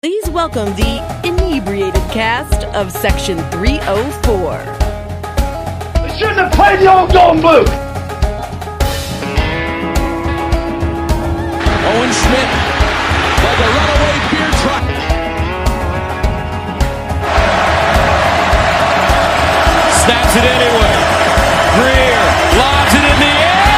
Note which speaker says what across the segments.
Speaker 1: Please welcome the inebriated cast of Section 304.
Speaker 2: They shouldn't have played the old Golden Boot.
Speaker 3: Owen Schmidt, like a runaway beer truck. Snaps it anyway. Greer lobs it in the air.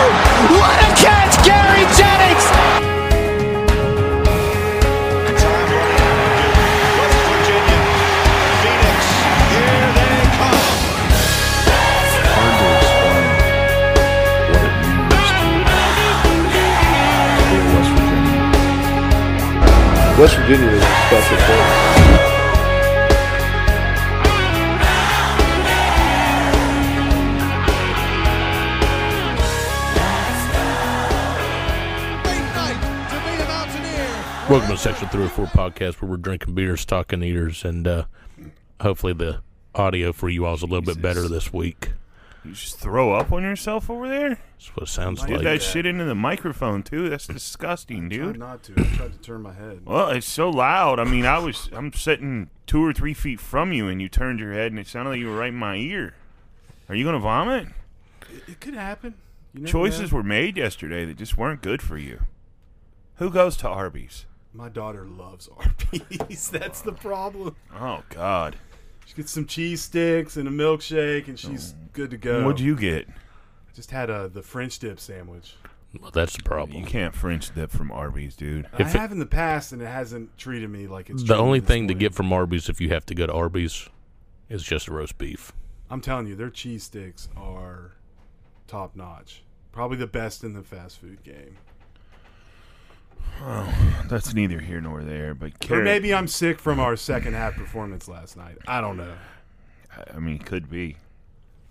Speaker 3: Oh, what a catch, Gary Jennings!
Speaker 4: time running out of Duke. West Virginia, Phoenix, here they come.
Speaker 5: hard to explain what it means to be a West Virginia. West Virginia is a special place.
Speaker 6: Welcome to Section 304 Podcast, where we're drinking beers, talking eaters, and uh, hopefully the audio for you all is a little bit better this week.
Speaker 7: You just throw up on yourself over there?
Speaker 6: That's what it sounds
Speaker 7: Did
Speaker 6: like.
Speaker 7: that shit into the microphone too? That's disgusting, dude.
Speaker 8: Not to. I tried to turn my head.
Speaker 7: Well, it's so loud. I mean, I was I'm sitting two or three feet from you, and you turned your head, and it sounded like you were right in my ear. Are you gonna vomit?
Speaker 8: It could happen. You never
Speaker 7: Choices
Speaker 8: know.
Speaker 7: were made yesterday that just weren't good for you. Who goes to Arby's?
Speaker 8: My daughter loves RPs. That's the problem.
Speaker 7: Oh God!
Speaker 8: She gets some cheese sticks and a milkshake, and she's good to go.
Speaker 7: What'd you get?
Speaker 8: I just had a the French dip sandwich.
Speaker 6: well, that's the
Speaker 7: You
Speaker 6: problem.
Speaker 7: can't French dip from Arby's, dude.
Speaker 6: If
Speaker 8: I
Speaker 6: it-
Speaker 8: have in the past, and it hasn't treated me like it's
Speaker 6: The
Speaker 8: treated
Speaker 6: only
Speaker 8: me this
Speaker 6: thing to
Speaker 8: morning.
Speaker 6: get from Arby's if you have to go to Arby's is just roast beef.
Speaker 8: I'm telling you, their cheese sticks are top notch. Probably the best in the fast food game.
Speaker 7: That's neither here nor there. But
Speaker 8: Or
Speaker 7: carrot,
Speaker 8: maybe I'm sick from our second half performance last night. I don't know.
Speaker 7: I- I mean, could be.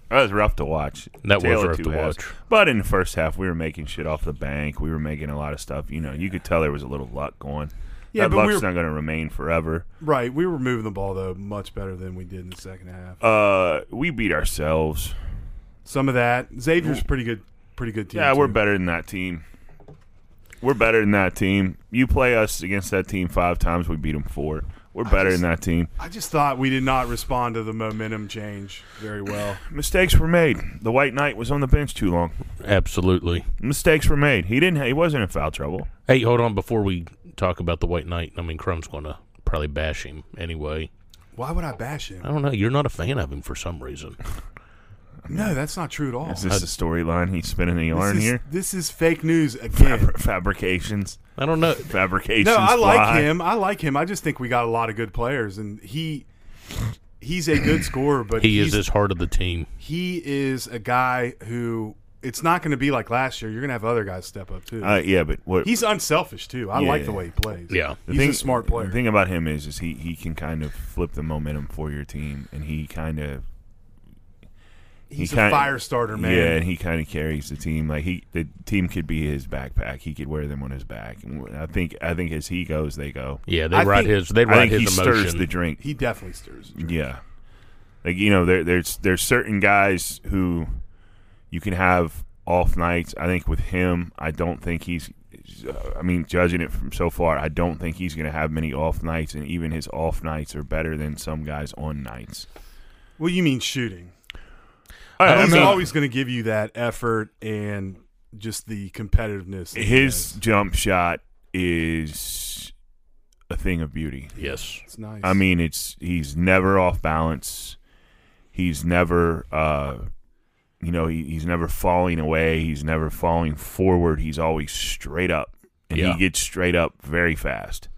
Speaker 7: That was rough to watch.
Speaker 6: That was
Speaker 7: Tale of
Speaker 6: rough
Speaker 7: two
Speaker 6: to
Speaker 7: halves.
Speaker 6: watch.
Speaker 7: But in the first half, we were making shit off the bank. We were making a lot of stuff. You know, you could tell there was a little luck going.
Speaker 8: Yeah,
Speaker 7: that
Speaker 8: but
Speaker 7: luck's
Speaker 8: we were-
Speaker 7: not going to remain forever.
Speaker 8: Right, we were moving the ball though much better than we did in the second half.
Speaker 7: Uh, we beat ourselves.
Speaker 8: Some of that. Xavier's pretty good. Pretty good team.
Speaker 7: Yeah, we're
Speaker 8: too.
Speaker 7: better than that team. We're better than that team. You play us against that team five times, we beat them four. We're better
Speaker 8: just-
Speaker 7: than that team.
Speaker 8: I just thought we did not respond to the momentum change very well.
Speaker 7: Mistakes were made. The White Knight was on the bench too long.
Speaker 6: Absolutely.
Speaker 7: Mistakes were made. He didn't. He wasn't in foul trouble.
Speaker 6: Hey, hold on. Before we talk about the White Knight, I mean, Crumb's going to probably bash him anyway.
Speaker 8: Why would I bash
Speaker 7: Oh.
Speaker 8: him?
Speaker 6: I don't know. You're not a fan of him for some reason.
Speaker 8: No, that's not true at all.
Speaker 7: Is this the storyline? He's spinning the yarn
Speaker 8: is,
Speaker 7: here.
Speaker 8: This is fake news again.
Speaker 7: Fabri- fabrications.
Speaker 6: I don't know.
Speaker 7: Fabrications.
Speaker 8: No, I
Speaker 7: fly.
Speaker 8: like him. I like him. I just think we got a lot of good players, and he he's a good scorer, but
Speaker 6: He is
Speaker 8: he's-
Speaker 6: his heart of the team.
Speaker 8: he is a guy who it's not going to be like last year. You're going to have other guys step up too.
Speaker 7: Uh, yeah, but what
Speaker 8: He's unselfish too. I like the
Speaker 7: Yeah.
Speaker 8: way he plays.
Speaker 6: Yeah.
Speaker 7: the
Speaker 8: he's a smart player.
Speaker 7: The thing about him is, is he he can kind of flip the momentum for your team, and he kind of
Speaker 8: he's
Speaker 7: he
Speaker 8: a
Speaker 7: kind-
Speaker 8: fire starter, man.
Speaker 7: Yeah, and he kind of carries the team. Like he, the team could be his backpack. He could wear them on his back. And I think I think as he goes, they go.
Speaker 6: Yeah, they
Speaker 8: I
Speaker 6: ride
Speaker 8: think-
Speaker 6: his. They
Speaker 7: I
Speaker 6: ride
Speaker 7: think he
Speaker 6: his emotion.
Speaker 7: stirs the drink.
Speaker 8: he definitely stirs. the drink.
Speaker 7: Yeah, like you know, there, there's there's certain guys who you can have off nights. I think with him, I don't think he's. I mean, judging it from so far, I don't think he's going to have many off nights, and even his off nights are better than some guys on nights.
Speaker 8: Well, you mean shooting?
Speaker 7: I,
Speaker 8: he's
Speaker 7: mean,
Speaker 8: always going to give you that effort and just the competitiveness. that he
Speaker 7: his
Speaker 8: has.
Speaker 7: jump shot is a thing of beauty.
Speaker 6: Yes.
Speaker 8: it's nice.
Speaker 7: I mean, it's he's never off balance. He's never, uh, you know, he, he's never falling away. He's never falling forward. He's always straight up, and
Speaker 6: Yeah.
Speaker 7: he gets straight up very fast.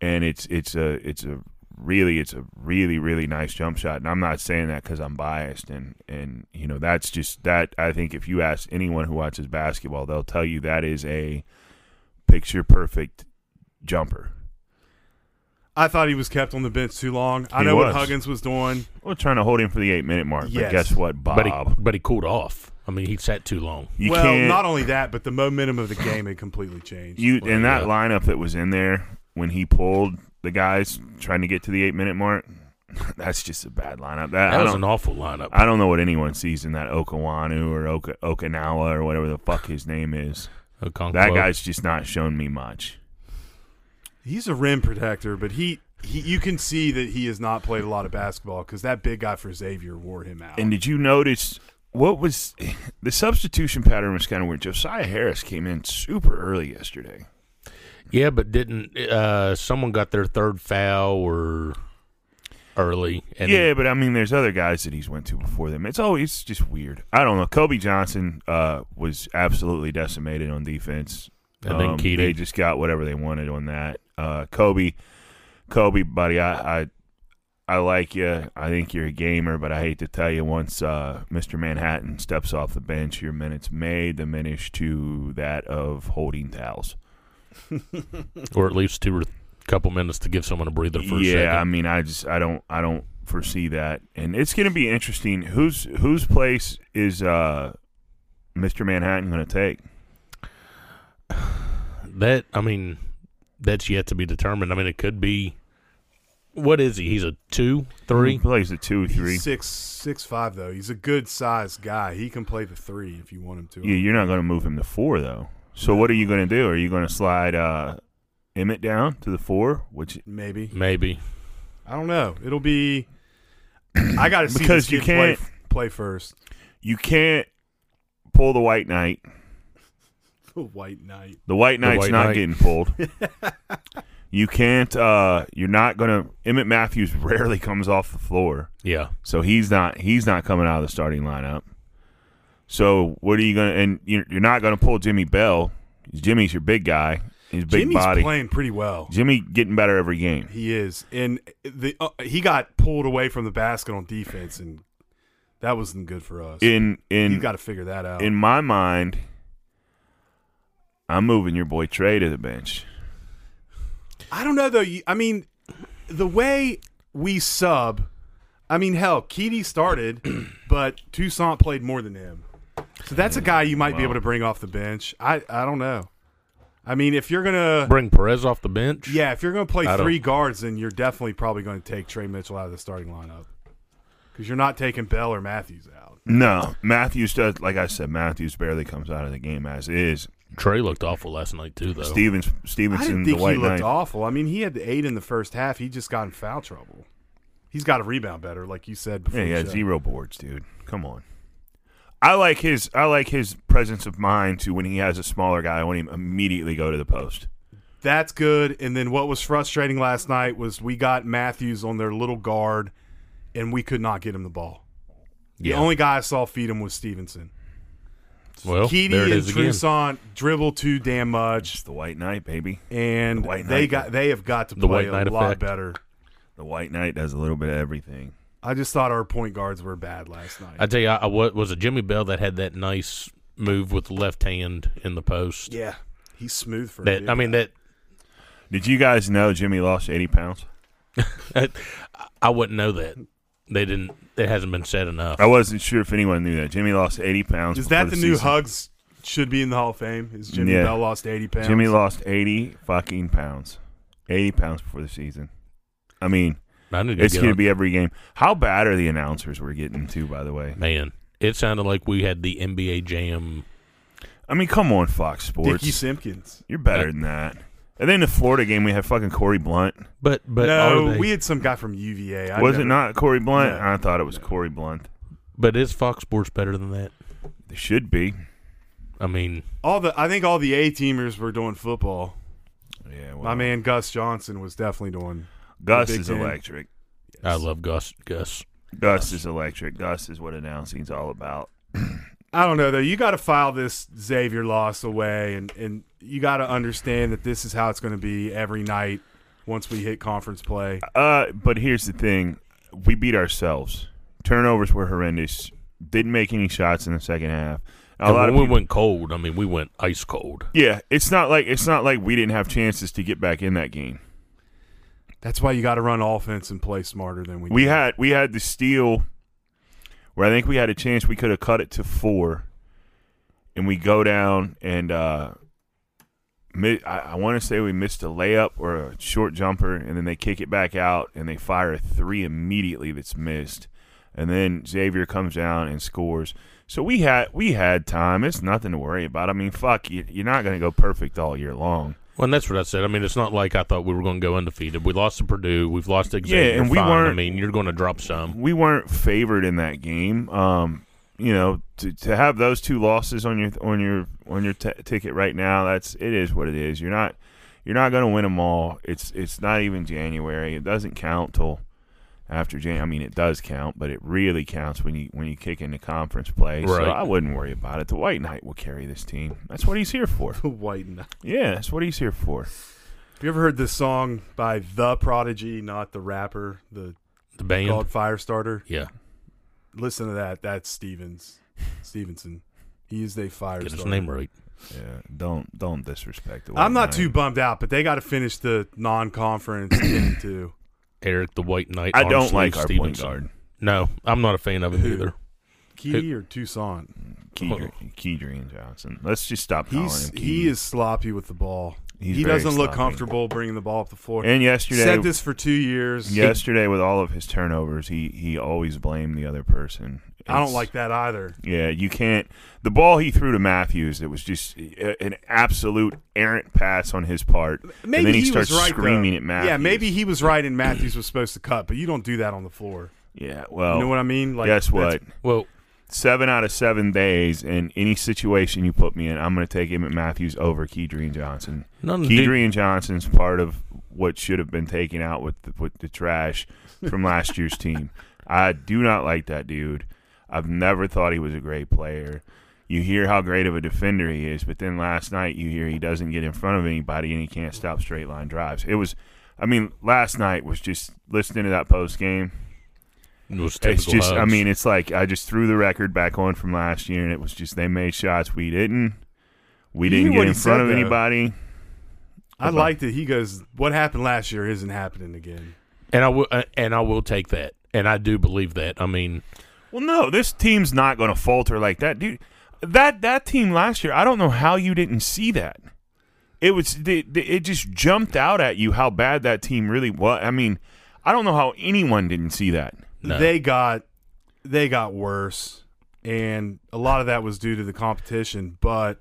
Speaker 7: And it's it's a it's a really it's a really really nice jump shot. And I'm not saying that because I'm biased, and and you know that's just that. I think if you ask anyone who watches basketball, they'll tell you that is a picture perfect jumper.
Speaker 8: I thought he was kept on the bench too long. I
Speaker 7: He
Speaker 8: know what
Speaker 7: was.
Speaker 8: Huggins was doing.
Speaker 7: We're trying to hold him for the eight minute mark,
Speaker 8: Yes.
Speaker 7: but guess what, Bob?
Speaker 6: But he, but he cooled off. I mean, he sat too long.
Speaker 7: you
Speaker 8: well,
Speaker 7: can't.
Speaker 8: not only that, but the momentum of the game had completely changed.
Speaker 7: you in that
Speaker 6: Yeah.
Speaker 7: lineup that was in there when he pulled the guys trying to get to the eight minute mark. That's just a bad lineup. That,
Speaker 6: That
Speaker 7: I
Speaker 6: was
Speaker 7: don't.
Speaker 6: an awful lineup.
Speaker 7: I don't know what anyone sees in that Okawanu or Oka, Okinawa or whatever the fuck his name is.
Speaker 6: Okonkwo.
Speaker 7: That guy's just not shown me much.
Speaker 8: He's a rim protector, but he, he you can see that he has not played a lot of basketball because that big guy for Xavier wore him out.
Speaker 7: And did you notice what was the substitution pattern was kind of weird. Josiah Harris came in super early yesterday.
Speaker 6: Yeah, but didn't uh, someone got their third foul or early? And
Speaker 7: yeah, but I mean, there's other guys that he's went to before them. It's always just weird. I don't know. Kobe Johnson uh, was absolutely decimated on defense.
Speaker 6: And then Keating.
Speaker 7: um, they just got whatever they wanted on that. Uh, Kobe, Kobe, buddy, I, I I like you. I think you're a gamer, but I hate to tell you, once uh, Mr. Manhattan steps off the bench, your minutes may diminish to that of holding towels.
Speaker 6: or at least two or th- couple minutes to give someone a breather for
Speaker 7: yeah,
Speaker 6: a
Speaker 7: I
Speaker 6: second.
Speaker 7: mean, I just I don't I don't foresee that, and it's going to be interesting. Whose whose place is uh, Mr. Manhattan going to take?
Speaker 6: That I mean, that's yet to be determined. I mean, it could be. What is he? He's a two,
Speaker 7: He
Speaker 6: three.
Speaker 7: plays the two three.
Speaker 8: He's six six five though. He's a good sized guy. He can play the three if you want him to.
Speaker 7: Yeah, you're not going to move him to four though. So what are you going to do? Are you going to slide uh, Emmett down to the four? Which Mm-hmm.
Speaker 8: Maybe
Speaker 6: Maybe.
Speaker 8: I don't know. It'll be. I got to see
Speaker 7: Because
Speaker 8: this
Speaker 7: you
Speaker 8: kid play-
Speaker 7: can't-
Speaker 8: play first.
Speaker 7: you can't pull the white knight.
Speaker 8: White Knight.
Speaker 7: The white knight's
Speaker 6: white
Speaker 7: not
Speaker 6: knight.
Speaker 7: getting pulled. you can't. Uh, you're not going to. Emmett Matthews rarely comes off the floor,
Speaker 6: Yeah.
Speaker 7: so he's not. He's not coming out of the starting lineup. So what are you going to? And you're you're not going to pull Jimmy Bell. Jimmy's your big guy. His big
Speaker 8: Jimmy's
Speaker 7: body.
Speaker 8: playing pretty well.
Speaker 7: Jimmy getting better every game.
Speaker 8: He is, and the uh, he got pulled away from the basket on defense, and that wasn't good for us.
Speaker 7: In in
Speaker 8: you got to figure that out.
Speaker 7: in my mind, I'm moving your boy Trey to the bench.
Speaker 8: I don't know though. You, I mean, the way we sub, I mean, hell, Keedy started, but Toussaint played more than him. So that's a guy you might be able to bring off the bench. I I don't know. I mean, if you're gonna
Speaker 6: Bring Perez off the bench.
Speaker 8: yeah, if you're gonna play
Speaker 6: I don't-
Speaker 8: three guards, then you're definitely probably going to take Trey Mitchell out of the starting lineup because you're not taking Bell or Matthews out.
Speaker 7: No, Matthews does. Like I said, Matthews barely comes out of the game as is.
Speaker 6: Trey looked awful last night too, though.
Speaker 7: Stevens,
Speaker 8: I
Speaker 7: Stevenson,
Speaker 8: didn't
Speaker 7: the
Speaker 8: think he
Speaker 7: White
Speaker 8: looked
Speaker 7: Knight.
Speaker 8: awful. I mean, he had eight in the first half. He just got in foul trouble. He's got to rebound better, like you said before.
Speaker 7: Yeah, he
Speaker 8: the
Speaker 7: had
Speaker 8: show.
Speaker 7: zero boards, dude. Come on. I like his. I like his presence of mind to when he has a smaller guy. I want him immediately go to the post.
Speaker 8: That's good. And then what was frustrating last night was we got Matthews on their little guard, and we could not get him the ball.
Speaker 6: yeah.
Speaker 8: The only guy I saw feed him was Stevenson.
Speaker 6: well,
Speaker 8: Keedy
Speaker 6: there it
Speaker 8: and
Speaker 6: is again.
Speaker 8: Trusant dribble too damn much,
Speaker 7: It's the White Knight, baby.
Speaker 8: and
Speaker 7: The White
Speaker 8: they
Speaker 7: Knight.
Speaker 8: got they have got to
Speaker 6: The White
Speaker 8: play a
Speaker 6: Knight
Speaker 8: lot
Speaker 6: effect.
Speaker 8: better.
Speaker 7: The White Knight does a little bit of everything.
Speaker 8: I just thought our point guards were bad last night.
Speaker 6: I tell you, I, I wa- was it Jimmy Bell that had that nice move with the left hand in the post.
Speaker 8: yeah, he's smooth for a
Speaker 6: That
Speaker 8: big
Speaker 6: I mean,
Speaker 8: guy.
Speaker 6: that
Speaker 7: Did you guys know Jimmy lost eighty pounds?
Speaker 6: I wouldn't know that. They didn't. It hasn't been said enough.
Speaker 7: I wasn't sure if anyone knew that. Jimmy lost eighty pounds.
Speaker 8: Is that
Speaker 7: before
Speaker 8: the, new
Speaker 7: season.
Speaker 8: hugs should be in the Hall of Fame? Is Jimmy
Speaker 7: Yeah.
Speaker 8: Bell lost eighty pounds?
Speaker 7: Jimmy lost eighty fucking pounds. Eighty pounds before the season. I mean,
Speaker 6: I need to
Speaker 7: it's
Speaker 6: get
Speaker 7: going to
Speaker 6: on-
Speaker 7: be every game. How bad are the announcers we're getting to? By the way,
Speaker 6: man. It sounded like we had the NBA Jam.
Speaker 7: I mean, come on, Fox Sports.
Speaker 8: Dickie Simpkins.
Speaker 7: You're better than that. And then the Florida game, we had fucking Corey Blunt.
Speaker 6: But but
Speaker 8: no,
Speaker 6: are they-
Speaker 8: we had some guy from UVA. I
Speaker 7: was it
Speaker 8: never-
Speaker 7: not Corey Blunt?
Speaker 8: No.
Speaker 7: I thought it was Corey Blunt.
Speaker 6: but is Fox Sports better than that?
Speaker 7: They should be.
Speaker 6: I mean,
Speaker 8: All the I think all the A teamers were doing football.
Speaker 7: Yeah,
Speaker 8: My man Gus Johnson was definitely doing.
Speaker 7: Gus
Speaker 8: the Big
Speaker 7: is
Speaker 8: Ten.
Speaker 7: electric.
Speaker 6: I love Gus. Gus.
Speaker 7: Gus is electric. Gus is what announcing's all about.
Speaker 8: I don't know though. You got to file this Xavier loss away, and and you got to understand that this is how it's going to be every night once we hit conference play.
Speaker 7: Uh, but here's the thing: we beat ourselves. Turnovers were horrendous. Didn't make any shots in the second half. A
Speaker 6: And
Speaker 7: lot
Speaker 6: when
Speaker 7: of
Speaker 6: we
Speaker 7: people-
Speaker 6: went cold, I mean, we went ice cold.
Speaker 7: Yeah, it's not like it's not like we didn't have chances to get back in that game.
Speaker 8: That's why you got to run offense and play smarter than we.
Speaker 7: We
Speaker 8: do.
Speaker 7: had we had the steal where I think we had a chance we could have cut it to four, and we go down and uh, mi- I, I want to say we missed a layup or a short jumper, and then they kick it back out and they fire a three immediately that's missed, and then Xavier comes down and scores. So we had we had time. It's nothing to worry about. I mean, fuck, you, you're not going to go perfect all year long.
Speaker 6: Well, and that's what I said. I mean, it's not like I thought we were going to go undefeated. We lost to Purdue. We've lost to Xavier.
Speaker 7: and we
Speaker 6: Fine. I
Speaker 7: weren't-
Speaker 6: mean, you're going to drop some.
Speaker 7: we weren't favored in that game. Um, you know, to, to have those two losses on your on your on your t- ticket right now, that's it is what it is. You're not you're not going to win them all. It's it's not even January. It doesn't count till after Jan. I mean, it does count, but it really counts when you when you kick into conference play.
Speaker 6: Right.
Speaker 7: So I wouldn't worry about it. The White Knight will carry this team. That's what he's here for.
Speaker 8: White Knight.
Speaker 7: Yeah, that's what he's here for.
Speaker 8: Have you ever heard this song by The Prodigy, not the rapper, the
Speaker 6: The band.
Speaker 8: called Firestarter?
Speaker 6: Yeah.
Speaker 8: Listen to that. That's Stevens. Stevenson. He is a Firestarter.
Speaker 6: Get his name right.
Speaker 7: Yeah, don't don't disrespect the. White
Speaker 8: I'm not
Speaker 7: Knight.
Speaker 8: too bummed out, but they got to finish the non-conference game too.
Speaker 6: Eric the White Knight.
Speaker 7: I don't
Speaker 6: Armstrong
Speaker 7: like our point
Speaker 6: Stevenson.
Speaker 7: guard.
Speaker 6: No, I'm not a fan of him either.
Speaker 8: Key or Tucson?
Speaker 7: Keedr- Keedrian Johnson. Let's just stop calling
Speaker 8: He's
Speaker 7: him.
Speaker 8: he
Speaker 7: Keed.
Speaker 8: is sloppy with the ball.
Speaker 7: He's
Speaker 8: he
Speaker 7: very
Speaker 8: doesn't look
Speaker 7: sloppy.
Speaker 8: comfortable bringing the ball up the floor.
Speaker 7: And yesterday,
Speaker 8: said this for two years.
Speaker 7: yesterday with all of his turnovers, he he always blamed the other person.
Speaker 8: I don't
Speaker 7: It's-
Speaker 8: like that either.
Speaker 7: Yeah, you can't. The ball he threw to Matthews, it was just a- an absolute errant pass on his part.
Speaker 8: Maybe
Speaker 7: and then he,
Speaker 8: he,
Speaker 7: starts
Speaker 8: was right.
Speaker 7: screaming
Speaker 8: though.
Speaker 7: at Matthews.
Speaker 8: Yeah, maybe he was right, and Matthews was supposed to cut, but you don't do that on the floor.
Speaker 7: Yeah, well,
Speaker 8: You know what I mean? Like,
Speaker 7: guess what?
Speaker 8: that's-
Speaker 6: Well,
Speaker 7: Seven out of seven days in any situation you put me in, I'm going to take Emmett Matthews over Keedrian Johnson.
Speaker 6: None-
Speaker 7: Keedrian Johnson's part of what should have been taken out with the, with the trash from last year's team. I do not like that dude. I've never thought he was a great player. You hear how great of a defender he is, but then last night you hear he doesn't get in front of anybody and he can't stop straight line drives. It was, I mean, last night was just listening to that post game.
Speaker 6: it was
Speaker 7: It's
Speaker 6: typical
Speaker 7: just, I
Speaker 6: Hugs.
Speaker 7: mean, it's like I just threw the record back on from last year, and it was just they made shots we didn't. We
Speaker 8: You
Speaker 7: didn't
Speaker 8: hear what
Speaker 7: get in
Speaker 8: he
Speaker 7: front
Speaker 8: said,
Speaker 7: of
Speaker 8: though.
Speaker 7: anybody.
Speaker 8: I like that he goes. What happened last year isn't happening again.
Speaker 6: and I will, uh, and I will take that, and I do believe that. I mean,
Speaker 7: Well, no, this team's not going to falter like that, dude. That that team last year, I don't know how you didn't see that. It was it, it just jumped out at you how bad that team really was. I mean, I don't know how anyone didn't see that.
Speaker 6: No.
Speaker 8: They got they got worse, and a lot of that was due to the competition. But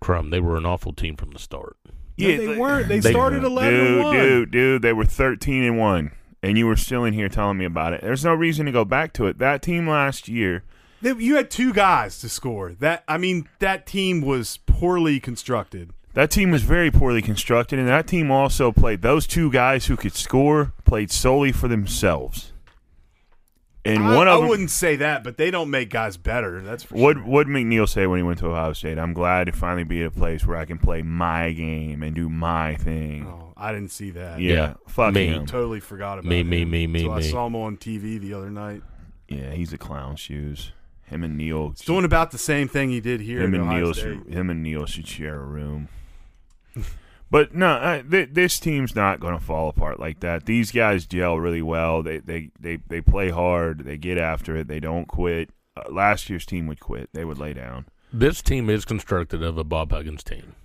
Speaker 6: crumb, they were an awful team from the start.
Speaker 8: No, they
Speaker 7: like-
Speaker 8: weren't. They started 11 and
Speaker 7: Dude,
Speaker 8: one.
Speaker 7: dude, dude, they were thirteen and one, and you were still in here telling me about it. There's no reason to go back to it. That team last year,
Speaker 8: they, you had two guys to score. That I mean, that team was poorly constructed.
Speaker 7: that team was very poorly constructed, and that team also played those two guys who could score played solely for themselves. And
Speaker 8: I,
Speaker 7: one
Speaker 8: I
Speaker 7: of them,
Speaker 8: wouldn't say that, but they don't make guys better. That's for
Speaker 7: What
Speaker 8: sure.
Speaker 7: what McNeil say when he went to Ohio State? I'm glad to finally be at a place where I can play my game and do my thing.
Speaker 8: Oh, I didn't see that.
Speaker 7: yeah,
Speaker 6: Yeah,
Speaker 7: fuck
Speaker 6: me.
Speaker 7: him.
Speaker 8: Totally forgot about
Speaker 6: Me,
Speaker 8: him
Speaker 6: me, me, me,
Speaker 8: until I
Speaker 6: me.
Speaker 8: saw him on TV the other night.
Speaker 7: Yeah, he's a clown shoes. Him and Neil.
Speaker 8: He's doing about the same thing he did here.
Speaker 7: him
Speaker 8: at
Speaker 7: and
Speaker 8: Ohio
Speaker 7: Neil
Speaker 8: State.
Speaker 7: should, him and Neil should share a room. but no, I, th- this team's not going to fall apart like that. These guys gel really well. They they they they play hard. They get after it. They don't quit. Uh, last year's team would quit. They would lay down.
Speaker 6: This team is constructed of a Bob Huggins team.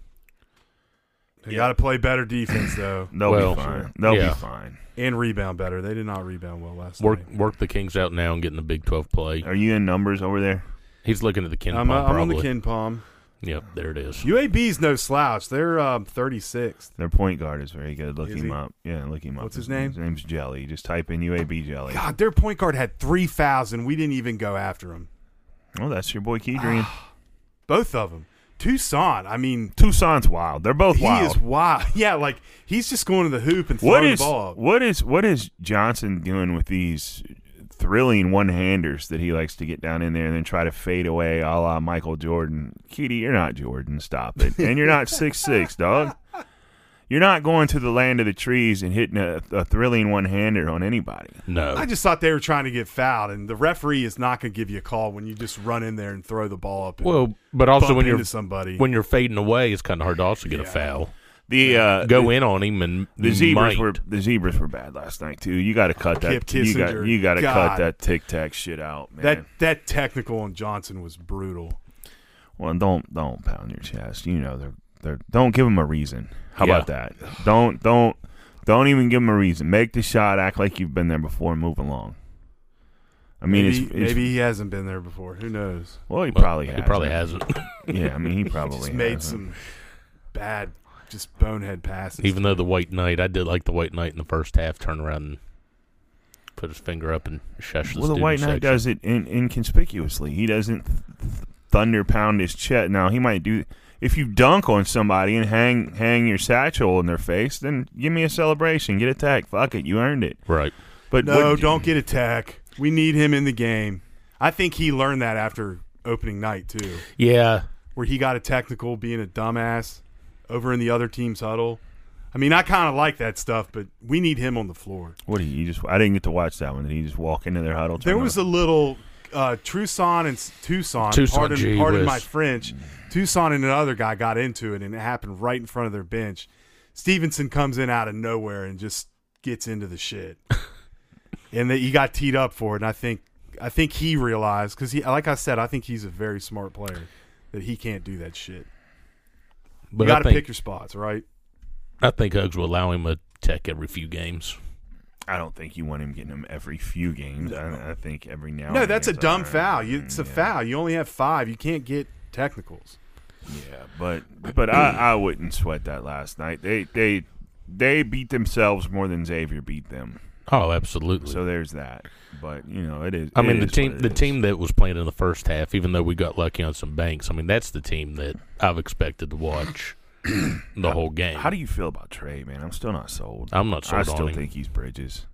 Speaker 8: They got to play better defense though,
Speaker 7: They'll
Speaker 6: Well,
Speaker 7: be fine.
Speaker 6: sure.
Speaker 7: They'll
Speaker 6: Yeah.
Speaker 7: be fine.
Speaker 8: and rebound better. They did not rebound well last
Speaker 6: Work,
Speaker 8: night.
Speaker 6: work the Kings out now and get in the Big Twelve play.
Speaker 7: Are you in numbers over there?
Speaker 6: He's looking at the Ken
Speaker 8: I'm,
Speaker 6: Palm,
Speaker 8: uh, I'm on
Speaker 6: probably.
Speaker 8: the Ken Palm.
Speaker 6: Yep, there it is.
Speaker 8: UAB's no slouch. They're um, 36th.
Speaker 7: Their point guard is very good. Look
Speaker 8: Is
Speaker 7: him
Speaker 8: he?
Speaker 7: up. Yeah, look him up.
Speaker 8: What's his name?
Speaker 7: His name's Jelly. Just type in UAB Jelly.
Speaker 8: God, their point guard had 3,000. We didn't even go after him.
Speaker 7: Oh, that's your boy Keedrian.
Speaker 8: Both of them. Tucson, I mean,
Speaker 7: Tucson's wild. They're both
Speaker 8: he
Speaker 7: wild.
Speaker 8: is wild. Yeah, like he's just going to the hoop and throwing
Speaker 7: what is
Speaker 8: the ball up.
Speaker 7: what is what is Johnson doing with these thrilling one-handers that he likes to get down in there and then try to fade away, a la Michael Jordan? Keedy, you're not Jordan. Stop it. And you're not six six, dog. You're not going to the land of the trees and hitting a, a thrilling one-hander on anybody.
Speaker 6: No,
Speaker 8: I just thought they were trying to get fouled, and the referee is not going to give you a call when you just run in there and throw the ball up. and
Speaker 6: well, but also
Speaker 8: bump
Speaker 6: when you're
Speaker 8: into somebody.
Speaker 6: when you're fading away, it's kind of hard to also get a foul.
Speaker 7: The uh,
Speaker 6: Go in on him and
Speaker 7: The zebras
Speaker 6: might.
Speaker 7: were the zebras were bad last night too. You got to cut that.
Speaker 8: Kip
Speaker 7: You got
Speaker 8: Kissinger.
Speaker 7: you got to cut
Speaker 8: God.
Speaker 7: that tic tac shit out, man.
Speaker 8: that that technical on Johnson was brutal.
Speaker 7: well, don't don't pound your chest. You know they're they're don't give them a reason. How about that? Don't don't don't even give them a reason. Make the shot. Act like you've been there before. and Move along. I mean,
Speaker 8: maybe,
Speaker 7: it's, it's
Speaker 8: maybe he hasn't been there before. Who knows?
Speaker 7: well, he
Speaker 6: Well,
Speaker 7: probably
Speaker 6: he
Speaker 7: has.
Speaker 6: probably hasn't.
Speaker 7: Yeah, I mean, he probably
Speaker 8: Just made
Speaker 7: hasn't.
Speaker 8: some bad just bonehead passes.
Speaker 6: Even though the white knight, I did like the white knight in the first half. Turn around and put his finger up and shush
Speaker 7: Well, the
Speaker 6: student
Speaker 7: White Knight
Speaker 6: section.
Speaker 7: does it in, inconspicuously. He doesn't th- th- thunder pound his chest. Now he might do if you dunk on somebody and hang hang your satchel in their face. Then give me a celebration. Get attacked. Fuck it. You earned it.
Speaker 6: right.
Speaker 7: But
Speaker 8: No,
Speaker 7: what-
Speaker 8: don't get attack. We need him in the game. I think he learned that after opening night too,
Speaker 6: Yeah,
Speaker 8: where he got a technical being a dumbass over in the other team's huddle. I mean, I kind of like that stuff, but we need him on the floor.
Speaker 7: What do you, you just? I didn't get to watch that one. Did he just walk into their huddle?
Speaker 8: There
Speaker 7: turn
Speaker 8: was
Speaker 7: on-
Speaker 8: a little uh, Tucson and s- Tucson.
Speaker 6: Tucson,
Speaker 8: pardon,
Speaker 6: gee
Speaker 8: pardon
Speaker 6: whiz.
Speaker 8: my French. Tucson and another guy got into it, and it happened right in front of their bench. Stevenson comes in out of nowhere and just gets into the shit, and that he got teed up for it. And I think I think he realized because he, like I said, I think he's a very smart player that he can't do that shit.
Speaker 6: but
Speaker 8: you
Speaker 6: I
Speaker 8: got to
Speaker 6: think
Speaker 8: pick your spots, right?
Speaker 6: I think Hugs will allow him a tech every few games.
Speaker 7: I don't think you want him getting them every few games. I, I think every now.
Speaker 8: No,
Speaker 7: and
Speaker 8: that's a
Speaker 7: then it's
Speaker 8: dumb
Speaker 7: all right.
Speaker 8: foul. You, it's a
Speaker 7: Yeah.
Speaker 8: foul. You only have five. You can't get technicals.
Speaker 7: Yeah, but but I, I wouldn't sweat that last night. They they they beat themselves more than Xavier beat them.
Speaker 6: Oh, absolutely.
Speaker 7: So there's that. But you know it is.
Speaker 6: I
Speaker 7: it
Speaker 6: mean, the
Speaker 7: is
Speaker 6: team
Speaker 7: what it
Speaker 6: the
Speaker 7: is.
Speaker 6: team that was playing in the first half, even though we got lucky on some banks. I mean, that's the team that I've expected to watch the whole game.
Speaker 7: How do you feel about Trey, man? I'm still not sold.
Speaker 6: I'm not sold
Speaker 7: I
Speaker 6: on
Speaker 7: still
Speaker 6: him.
Speaker 7: think he's Bridges.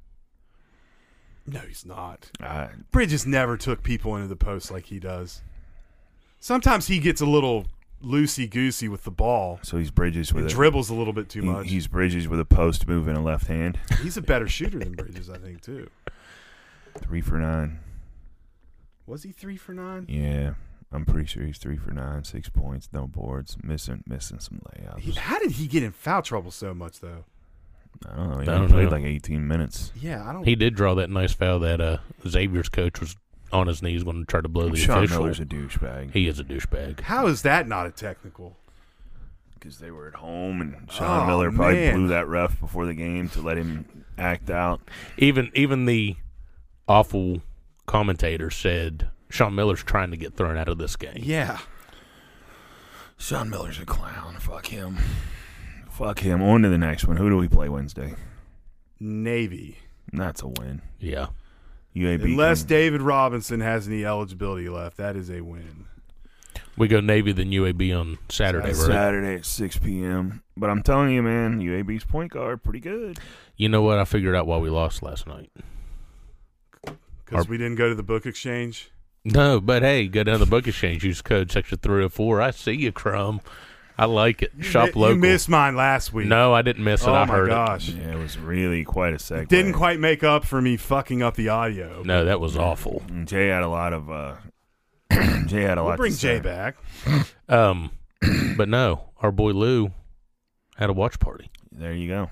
Speaker 8: No, he's not.
Speaker 7: I,
Speaker 8: Bridges never took people into the post like he does. Sometimes he gets a little loosey goosey with the ball.
Speaker 7: so he's Bridges
Speaker 8: He
Speaker 7: with a,
Speaker 8: dribbles a little bit too
Speaker 7: he-
Speaker 8: much.
Speaker 7: he's Bridges with a post move and a left hand.
Speaker 8: He's a better shooter than Bridges, I think, too.
Speaker 7: Three for nine.
Speaker 8: Was he three for nine?
Speaker 7: Yeah, I'm pretty sure he's three for nine, six points, no boards, missing missing some layups.
Speaker 8: He, how did he get in foul trouble so much, though?
Speaker 7: I don't know. He
Speaker 6: I
Speaker 7: only
Speaker 6: don't
Speaker 7: played
Speaker 6: know.
Speaker 7: like 18 minutes.
Speaker 8: Yeah, I don't.
Speaker 6: He did draw that nice foul that uh, Xavier's coach was on his knees going to try to blow the
Speaker 7: Sean
Speaker 6: official.
Speaker 7: Miller's a douchebag.
Speaker 6: he is a douchebag.
Speaker 8: how is that not a technical?
Speaker 7: because they were at home, and Sean
Speaker 8: Oh,
Speaker 7: Miller probably
Speaker 8: man.
Speaker 7: blew that ref before the game to let him act out.
Speaker 6: Even even the awful commentator said Sean Miller's trying to get thrown out of this game.
Speaker 8: Yeah,
Speaker 7: Sean Miller's a clown. Fuck him. Fuck him. On to the next one. Who do we play Wednesday?
Speaker 8: Navy.
Speaker 7: That's a win.
Speaker 6: Yeah.
Speaker 7: UAB.
Speaker 8: Unless
Speaker 7: can-
Speaker 8: David Robinson has any eligibility left, that is a win.
Speaker 6: We go Navy then UAB on Saturday, right?
Speaker 7: Saturday at 6 p.m. But I'm telling you, man, UAB's point guard pretty good.
Speaker 6: You know what I figured out why we lost last night?
Speaker 8: Because
Speaker 6: Are-
Speaker 8: we didn't go to the book exchange.
Speaker 6: No, but hey, go down to the book exchange, use code section three oh four. I see you, Crumb. I like it. Shop
Speaker 8: you,
Speaker 6: local.
Speaker 8: You missed mine last week.
Speaker 6: no, I didn't miss it.
Speaker 8: Oh
Speaker 6: I
Speaker 8: my
Speaker 6: heard
Speaker 8: gosh.
Speaker 7: Yeah, it was really quite a segue.
Speaker 8: Didn't quite make up for me fucking up the audio.
Speaker 6: it. No, that was awful.
Speaker 7: And Jay had a lot of. uh Jay had a lot.
Speaker 8: We'll
Speaker 7: to
Speaker 8: bring Jay
Speaker 7: say.
Speaker 8: back.
Speaker 6: Um, but no, our boy Lou had a watch party.
Speaker 7: There you go.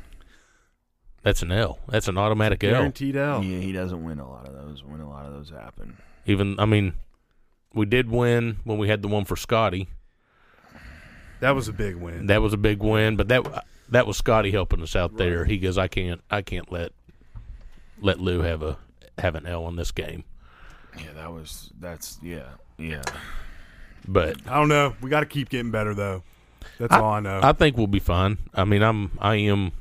Speaker 6: That's an L. That's an automatic L.
Speaker 8: Guaranteed L.
Speaker 7: Yeah, he doesn't win a lot of those. When a lot of those happen.
Speaker 6: Even I mean, we did win when we had the one for Scotty.
Speaker 8: That was a big win.
Speaker 6: That was a big win, but that that was Scotty helping us out there. He goes, I can't, I can't let let Lou have a have an L in this game.
Speaker 7: Yeah, that was. That's yeah, yeah.
Speaker 6: But
Speaker 8: I don't know. We got to keep getting better though. That's all I know.
Speaker 6: I think we'll be fine. I mean, I'm I am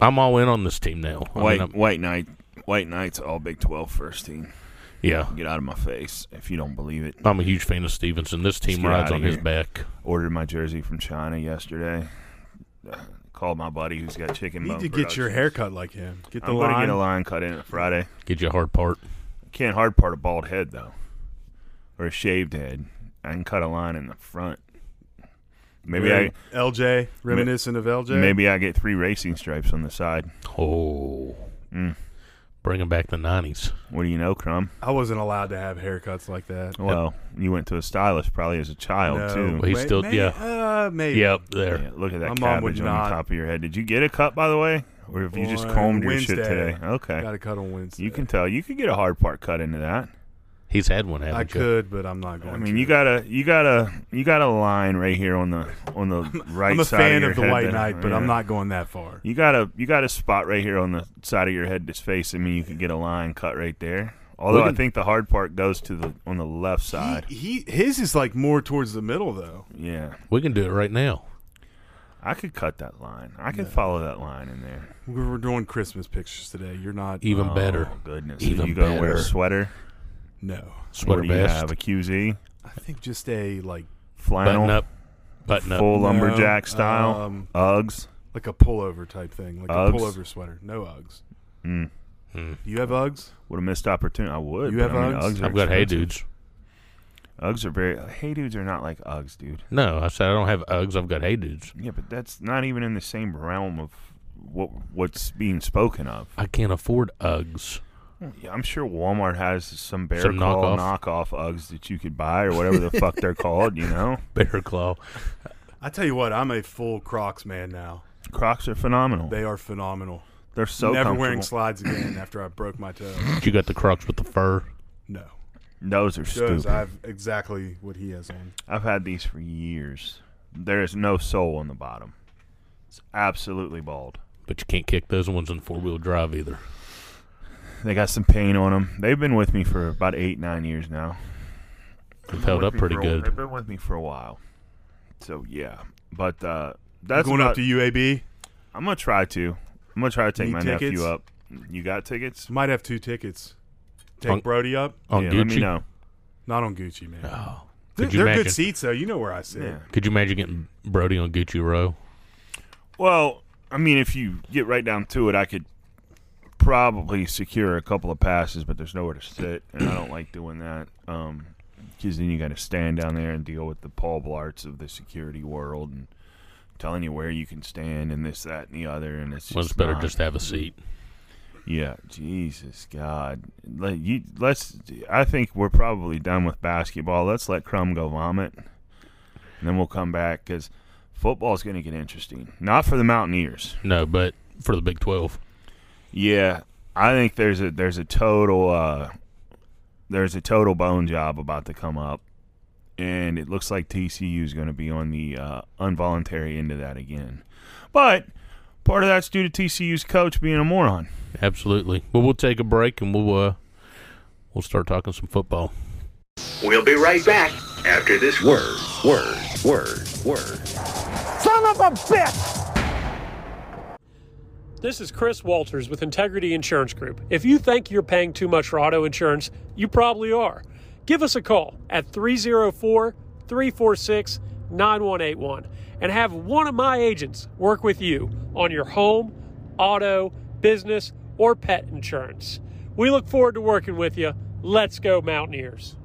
Speaker 6: I'm all in on this team now. I mean,
Speaker 7: White
Speaker 6: I'm-
Speaker 7: White Knight. White Knight's all Big 12 first team.
Speaker 6: yeah,
Speaker 7: Get out of my face if you don't believe it.
Speaker 6: I'm a huge fan of Stevenson. This team
Speaker 7: Let's get
Speaker 6: rides
Speaker 7: outta
Speaker 6: on his
Speaker 7: here.
Speaker 6: back.
Speaker 7: Ordered my jersey from China yesterday. Uh, called my buddy who's got chicken.
Speaker 8: you need
Speaker 7: bone
Speaker 8: to get your
Speaker 7: productions.
Speaker 8: haircut like him. Get the
Speaker 7: I'm gonna
Speaker 8: line.
Speaker 7: get a line cut in on Friday.
Speaker 6: Get you a hard part.
Speaker 7: Can't hard part a bald head though, or a shaved head. I can cut a line in the front. Maybe I
Speaker 8: LJ reminiscent of LJ.
Speaker 7: maybe I get three racing stripes on the side.
Speaker 6: Oh, bringing back the '90s.
Speaker 7: What do you know, Crumb?
Speaker 8: I wasn't allowed to have haircuts like that.
Speaker 7: Well, you went to a stylist probably as a child
Speaker 8: No.
Speaker 7: too.
Speaker 6: Well, he's
Speaker 8: May-
Speaker 6: still-
Speaker 8: may-
Speaker 6: yeah.
Speaker 8: Uh, maybe.
Speaker 6: Yep, there.
Speaker 7: Yeah, look at that
Speaker 8: My mom would
Speaker 7: cabbage on
Speaker 8: not.
Speaker 7: the top of your head. Did you get a cut, by the way, or have you just combed your shit today? Okay,
Speaker 8: Got to cut on Wednesday.
Speaker 7: you can tell. You could get a hard part cut into that.
Speaker 6: He's had one, haven't
Speaker 8: I
Speaker 6: you?
Speaker 8: could, but I'm not going.
Speaker 7: I mean,
Speaker 8: to.
Speaker 7: you got a you got a you got a line right here on the on the right
Speaker 8: I'm a
Speaker 7: side.
Speaker 8: fan
Speaker 7: your
Speaker 8: of the
Speaker 7: head
Speaker 8: White
Speaker 7: that-
Speaker 8: Knight, but
Speaker 7: yeah.
Speaker 8: I'm not going that far.
Speaker 7: You got a you got a spot right here on the side of your head that's facing me. You could get a line cut right there. Although I
Speaker 6: can-
Speaker 7: think the hard part goes to the on the left side.
Speaker 8: He, he his is like more towards the middle though.
Speaker 7: yeah,
Speaker 6: We can do it right now.
Speaker 7: I could cut that line. I could follow that line in there.
Speaker 8: We We're doing Christmas pictures today. You're not. uh,
Speaker 6: Even better.
Speaker 7: Oh, goodness.
Speaker 6: Even
Speaker 7: you gonna wear a
Speaker 6: better.
Speaker 7: sweater?
Speaker 8: No.
Speaker 6: Sweater
Speaker 7: what do you
Speaker 6: vest.
Speaker 7: have? A QZ?
Speaker 8: I think just a like
Speaker 7: Flannel?
Speaker 6: Button up. Button up.
Speaker 7: Full lumberjack style?
Speaker 8: um,
Speaker 7: Uggs?
Speaker 8: like a pullover type thing, like
Speaker 7: Uggs? Hmm.
Speaker 8: a pullover sweater. No Uggs.
Speaker 6: Hmm.
Speaker 8: Do you have Uggs?
Speaker 7: What a missed opportunity. I would.
Speaker 8: You
Speaker 7: but
Speaker 8: have
Speaker 7: I mean,
Speaker 8: Uggs?
Speaker 7: Uggs are
Speaker 6: I've got hey
Speaker 7: expensive.
Speaker 6: dudes.
Speaker 7: Uggs are very. Hey dudes are not like Uggs, dude.
Speaker 6: No, I said I don't have Uggs. I've got hey dudes.
Speaker 7: Yeah, but that's not even in the same realm of what what's being spoken of.
Speaker 6: I can't afford Uggs.
Speaker 7: Yeah, I'm sure Walmart has some bear
Speaker 6: Some
Speaker 7: claw
Speaker 6: knockoff?
Speaker 7: knockoff Uggs that you could buy or whatever the fuck they're called. You know,
Speaker 6: Bear claw.
Speaker 8: I tell you what, I'm a full Crocs man now.
Speaker 7: Crocs are phenomenal.
Speaker 8: They are phenomenal.
Speaker 7: They're so
Speaker 8: Never
Speaker 7: comfortable.
Speaker 8: wearing slides again after I broke my toe.
Speaker 6: You got the Crocs with the fur.
Speaker 8: No.
Speaker 7: Those are
Speaker 8: Because
Speaker 7: stupid.
Speaker 8: I
Speaker 7: I've,
Speaker 8: have exactly what he has on.
Speaker 7: had these for years. There is no sole on the bottom. It's absolutely bald.
Speaker 6: But you can't kick those ones in four wheel drive either.
Speaker 7: They got some paint on them. They've been with me for about eight, nine years now.
Speaker 6: They've held
Speaker 7: with
Speaker 6: up
Speaker 7: me
Speaker 6: pretty
Speaker 7: for a-
Speaker 6: good.
Speaker 7: They've been with me for a while. So yeah, but uh,
Speaker 8: You
Speaker 7: that's
Speaker 8: going
Speaker 7: about,
Speaker 8: up to UAB.
Speaker 7: I'm gonna try to. I'm gonna try to take
Speaker 8: Need
Speaker 7: my
Speaker 8: tickets?
Speaker 7: nephew up. You got tickets?
Speaker 8: Might have two tickets. Take
Speaker 6: On-
Speaker 8: Brody up.
Speaker 6: On
Speaker 7: yeah,
Speaker 6: Gucci.
Speaker 7: let me know.
Speaker 8: Not on Gucci, man.
Speaker 6: Oh.
Speaker 8: They're,
Speaker 6: Could you
Speaker 8: they're
Speaker 6: imagine?
Speaker 8: good seats, though. You know where I sit.
Speaker 7: Yeah.
Speaker 6: Could you imagine getting Brody on Gucci Row?
Speaker 7: Well, I mean, if you get right down to it, I could probably secure a couple of passes, but there's nowhere to sit, and I don't like doing that. Um, because then you got to stand down there and deal with the Paul Blarts of the security world and telling you where you can stand and this, that, and the other. And it's just
Speaker 6: Well, it's better
Speaker 7: not-
Speaker 6: just to have a seat.
Speaker 7: Yeah, Jesus God, let you let's. I think we're probably done with basketball. Let's let Crumb go vomit, and then we'll come back because football's going to get interesting. Not for the Mountaineers.
Speaker 6: No, but for the Big 12.
Speaker 7: Yeah, I think there's a there's a total uh, there's a total bone job about to come up, and it looks like TCU is going to be on the uh, involuntary end of that again. But part of that's due to TCU's coach being a moron.
Speaker 6: Absolutely. Well, we'll take a break and we'll uh, we'll start talking some football.
Speaker 9: We'll be right back after this word, word, word, word.
Speaker 10: This is Chris Walters with Integrity Insurance Group. If you think you're paying too much for auto insurance, you probably are. Give us a call at 304 346 9181 and have one of my agents work with you on your home, auto, business, or pet insurance. We look forward to working with you. Let's go, Mountaineers.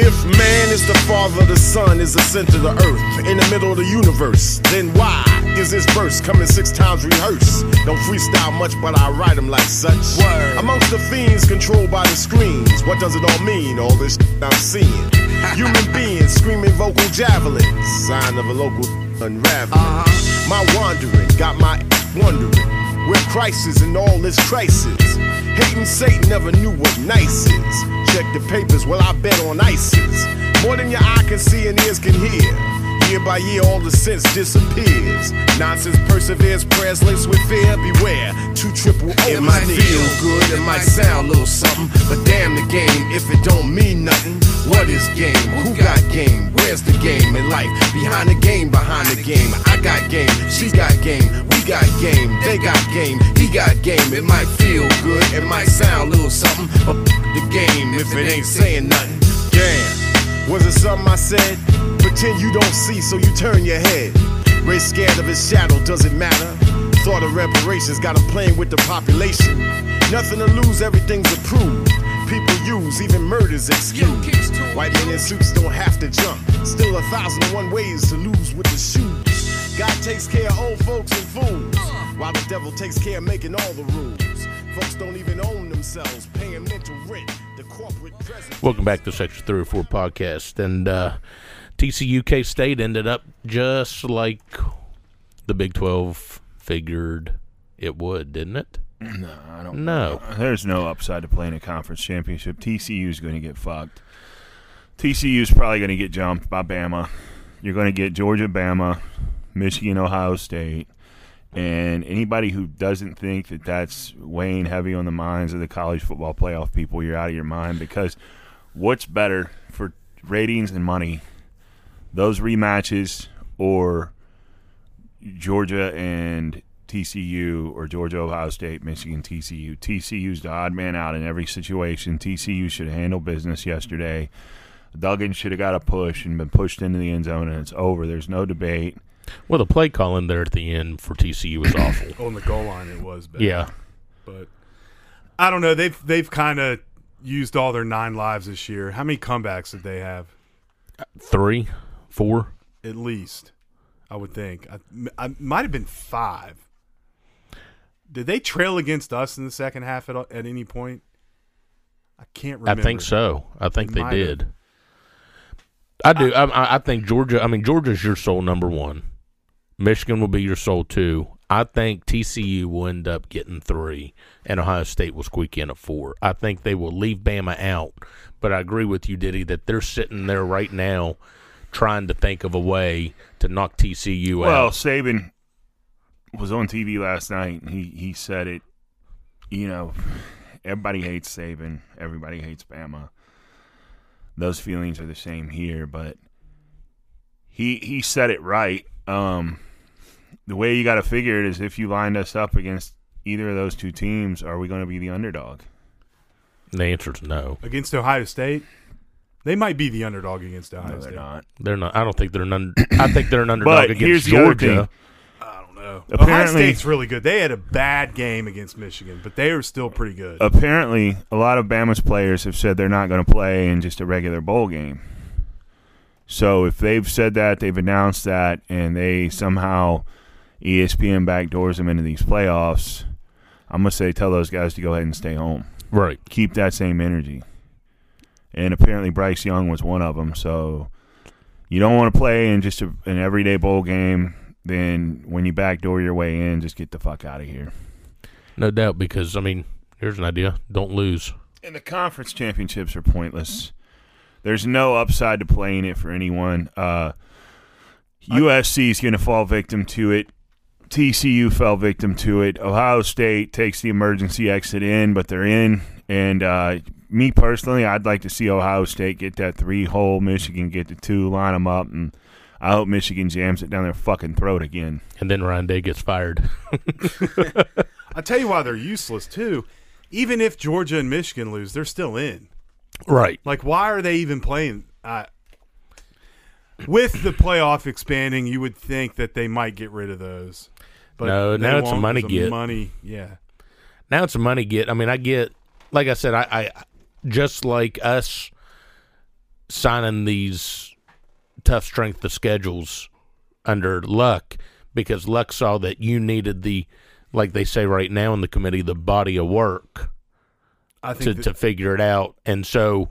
Speaker 11: If man is the father, the sun is the center of the earth, in the middle of the universe, then why Ah. is this verse coming six times rehearsed? Don't freestyle much, but I write them like such. Amongst the fiends controlled by the screens, what does it all mean, all this I'm seeing? Human beings screaming vocal javelins, sign of a local unraveling. My wandering got my wondering. We're crisis and all this crisis. Hating Satan never knew what nice is. Check the papers, well, I bet on ISIS. More than your eye can see and ears can hear. Year by year, all the sense disappears. Nonsense perseveres, prayers laced with fear. Beware, two triple O's. It might feel good, it might sound a little something, but damn the game if it don't mean nothing. What is game? Who got game? Where's the game in life? Behind the game, behind the game. I got game, she got game, we got game, they got game, he got game. It might feel good, it might sound a little something, but f- the game if it ain't saying nothing. Damn, was it something I said? Pretend you don't see, so you turn your head. Race scared of his shadow, doesn't matter. Thought of reparations, got a plan with the population. Nothing to lose, everything's approved. People use, even murders excused. White men in suits don't have to jump. Still a thousand and one ways to lose with the shoes. God takes care of old folks and fools, while the devil takes care of making all the rules. Folks don't even own themselves, paying mental rent. The corporate president.
Speaker 6: Welcome back to Section 304 podcast. And uh, TCU K State ended up just like the Big 12 figured it would, didn't it? No, I don't No.
Speaker 7: There's no upside to playing a conference championship. TCU's going to get fucked. TCU's probably going to get jumped by Bama. You're going to get Georgia, Bama, Michigan, Ohio State, And anybody who doesn't think that that's weighing heavy on the minds of the college football playoff people, you're out of your mind because what's better for ratings and money? Those rematches or Georgia and TCU or Georgia Ohio State, Michigan TCU. TCU's the odd man out in every situation. TCU should have handled business yesterday. Duggan should have got a push and been pushed into the end zone, and it's over. There's no debate.
Speaker 6: Well, the play calling there at the end for TCU was awful.
Speaker 8: on the goal line, it was. Bad.
Speaker 6: Yeah.
Speaker 8: but I don't know. They've they've kind of used all their nine lives this year. How many comebacks did they have?
Speaker 6: Three, four.
Speaker 8: At least, I would think. I, I might have been five. Did they trail against us in the second half at at any point? I can't remember.
Speaker 6: I think so. I think
Speaker 8: They
Speaker 6: they,
Speaker 8: might have.
Speaker 6: did. I do. I, I, I think Georgia. I mean, Georgia's your sole number one. Michigan will be your sole two. I think TCU will end up getting three, and Ohio State will squeak in at four. I think they will leave Bama out, but I agree with you, Diddy, that they're sitting there right now trying to think of a way to knock TCU
Speaker 7: Well,
Speaker 6: out.
Speaker 7: Saban was on TV last night, and he, he said it. You know, everybody hates Saban. Everybody hates Bama. Those feelings are the same here, but he he said it right. Um, the way you got to figure it is if you lined us up against either of those two teams, are we going to be the underdog?
Speaker 6: The answer's no.
Speaker 8: against Ohio State. They might be the underdog against Ohio
Speaker 7: they're
Speaker 8: State.
Speaker 7: not.
Speaker 6: They're not. I don't think they're an. Un- I think they're an underdog
Speaker 7: But
Speaker 6: against
Speaker 7: here's the other
Speaker 6: Georgia.
Speaker 7: thing.
Speaker 8: I don't know. Ohio
Speaker 7: Apparently-
Speaker 8: State's really good. They had a bad game against Michigan, but they were still pretty good.
Speaker 7: Apparently, a lot of Bama's players have said they're not going to play in just a regular bowl game. So if they've said that, they've announced that, and they somehow E ESPN backdoors them into these playoffs, I'm going to say tell those guys to go ahead and stay home.
Speaker 6: Right.
Speaker 7: Keep that same energy. And apparently, Bryce Young was one of them. So you don't want to play in just a, an everyday bowl game. Then when you backdoor your way in, just get the fuck out of here.
Speaker 6: No doubt, because I mean, here's an idea: don't lose.
Speaker 7: And the conference championships are pointless. There's no upside to playing it for anyone. Uh, USC is going to fall victim to it. TCU fell victim to it. Ohio State takes the emergency exit in, but they're in. And uh, me personally, I'd like to see Ohio State get that three hole, Michigan get the two, line them up, and I hope Michigan jams it down their fucking throat again.
Speaker 6: And then Ryan Day gets fired.
Speaker 8: I tell you why they're useless too. Even if Georgia and Michigan lose, they're still in.
Speaker 6: Right.
Speaker 8: Like, why are they even playing? I with the playoff expanding, you would think that they might get rid of those. But
Speaker 6: No,
Speaker 8: they
Speaker 6: now it's a
Speaker 8: won't.
Speaker 6: money
Speaker 8: It's
Speaker 6: get.
Speaker 8: Money, yeah.
Speaker 6: Now it's a money get. I mean, I get, like I said, I, I just like us signing these tough strength of schedules under Luck because Luck saw that you needed the, like they say right now in the committee, the body of work
Speaker 8: I think
Speaker 6: to,
Speaker 8: that-
Speaker 6: to figure it out. And so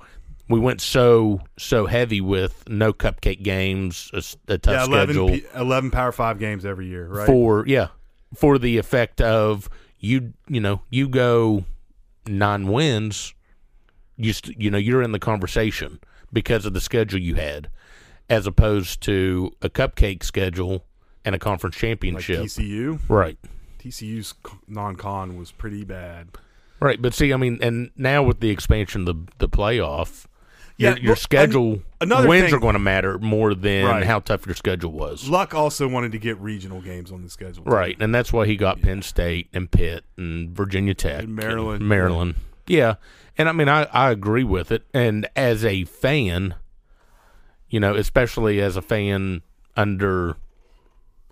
Speaker 6: we went so so heavy with no cupcake games, a, s- a tough
Speaker 8: yeah, 11,
Speaker 6: schedule.
Speaker 8: P- 11 Power Five games every year, right?
Speaker 6: for yeah for the effect of you you know you go nine wins you st- you know you're in the conversation because of the schedule you had as opposed to a cupcake schedule and a conference
Speaker 8: like
Speaker 6: championship
Speaker 8: TCU.
Speaker 6: right
Speaker 8: TCU's c- non-con was pretty bad.
Speaker 6: right but see i mean and now with the expansion of the the playoff
Speaker 8: Yeah,
Speaker 6: your, your
Speaker 8: but an-
Speaker 6: schedule
Speaker 8: another
Speaker 6: wins
Speaker 8: thing-
Speaker 6: are going to matter more than
Speaker 8: Right.
Speaker 6: how tough your schedule was
Speaker 8: Luck also wanted to get regional games on the schedule. too.
Speaker 6: Right, and that's why he got Penn State and Pitt and Virginia Tech
Speaker 8: And Maryland.
Speaker 6: Maryland. Yeah. And I mean I, I agree with it. And as a fan, you know, especially as a fan under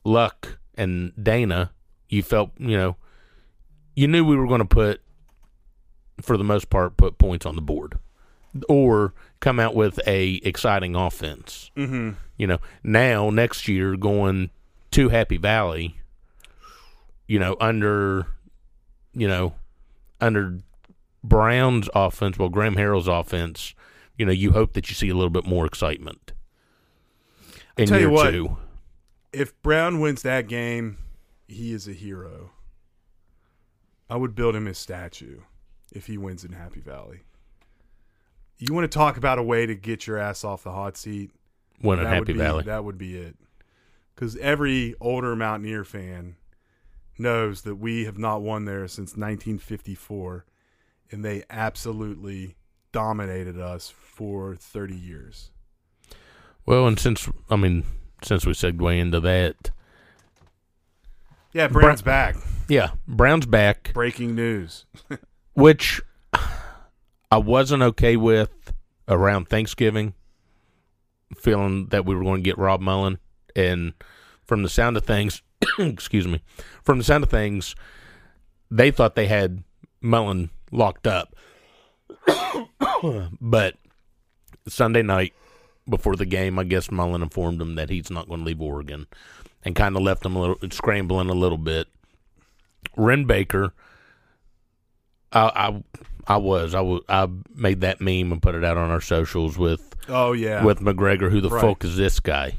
Speaker 6: Luck and Dana, you felt, you know, you knew we were going to put for the most part put points on the board or come out with a exciting offense.
Speaker 8: Mm-hmm.
Speaker 6: You know, now next year going to Happy Valley, you know, under you know, under Brown's offense, well Graham Harrell's offense, you know, you hope that you see a little bit more excitement. In
Speaker 8: tell you
Speaker 6: year
Speaker 8: what,
Speaker 6: two.
Speaker 8: If Brown wins that game, he is a hero. I would build him his statue if he wins in Happy Valley. You want to talk about a way to get your ass off the hot seat?
Speaker 6: Win in
Speaker 8: that would
Speaker 6: Happy
Speaker 8: be-
Speaker 6: Valley.
Speaker 8: That would be it. Because every older Mountaineer fan knows that we have not won there since 1954, and they absolutely dominated us for 30 years.
Speaker 6: Well, and since I mean, since we segue into that,
Speaker 8: Yeah, Brown's back.
Speaker 6: yeah, Brown's back,
Speaker 8: Breaking news.
Speaker 6: which I wasn't okay with around Thanksgiving, feeling that we were going to get Rob Mullen, and from the sound of things, excuse me, from the sound of things, they thought they had Mullen locked up, but Sunday night before the game, I guess Mullen informed him that he's not going to leave Oregon, and kind of left him a little scrambling a little bit. Ren Baker, I, I, I was, I was, I made that meme and put it out on our socials with
Speaker 8: Oh, yeah.
Speaker 6: with McGregor. Who the
Speaker 8: Right.
Speaker 6: fuck is this guy?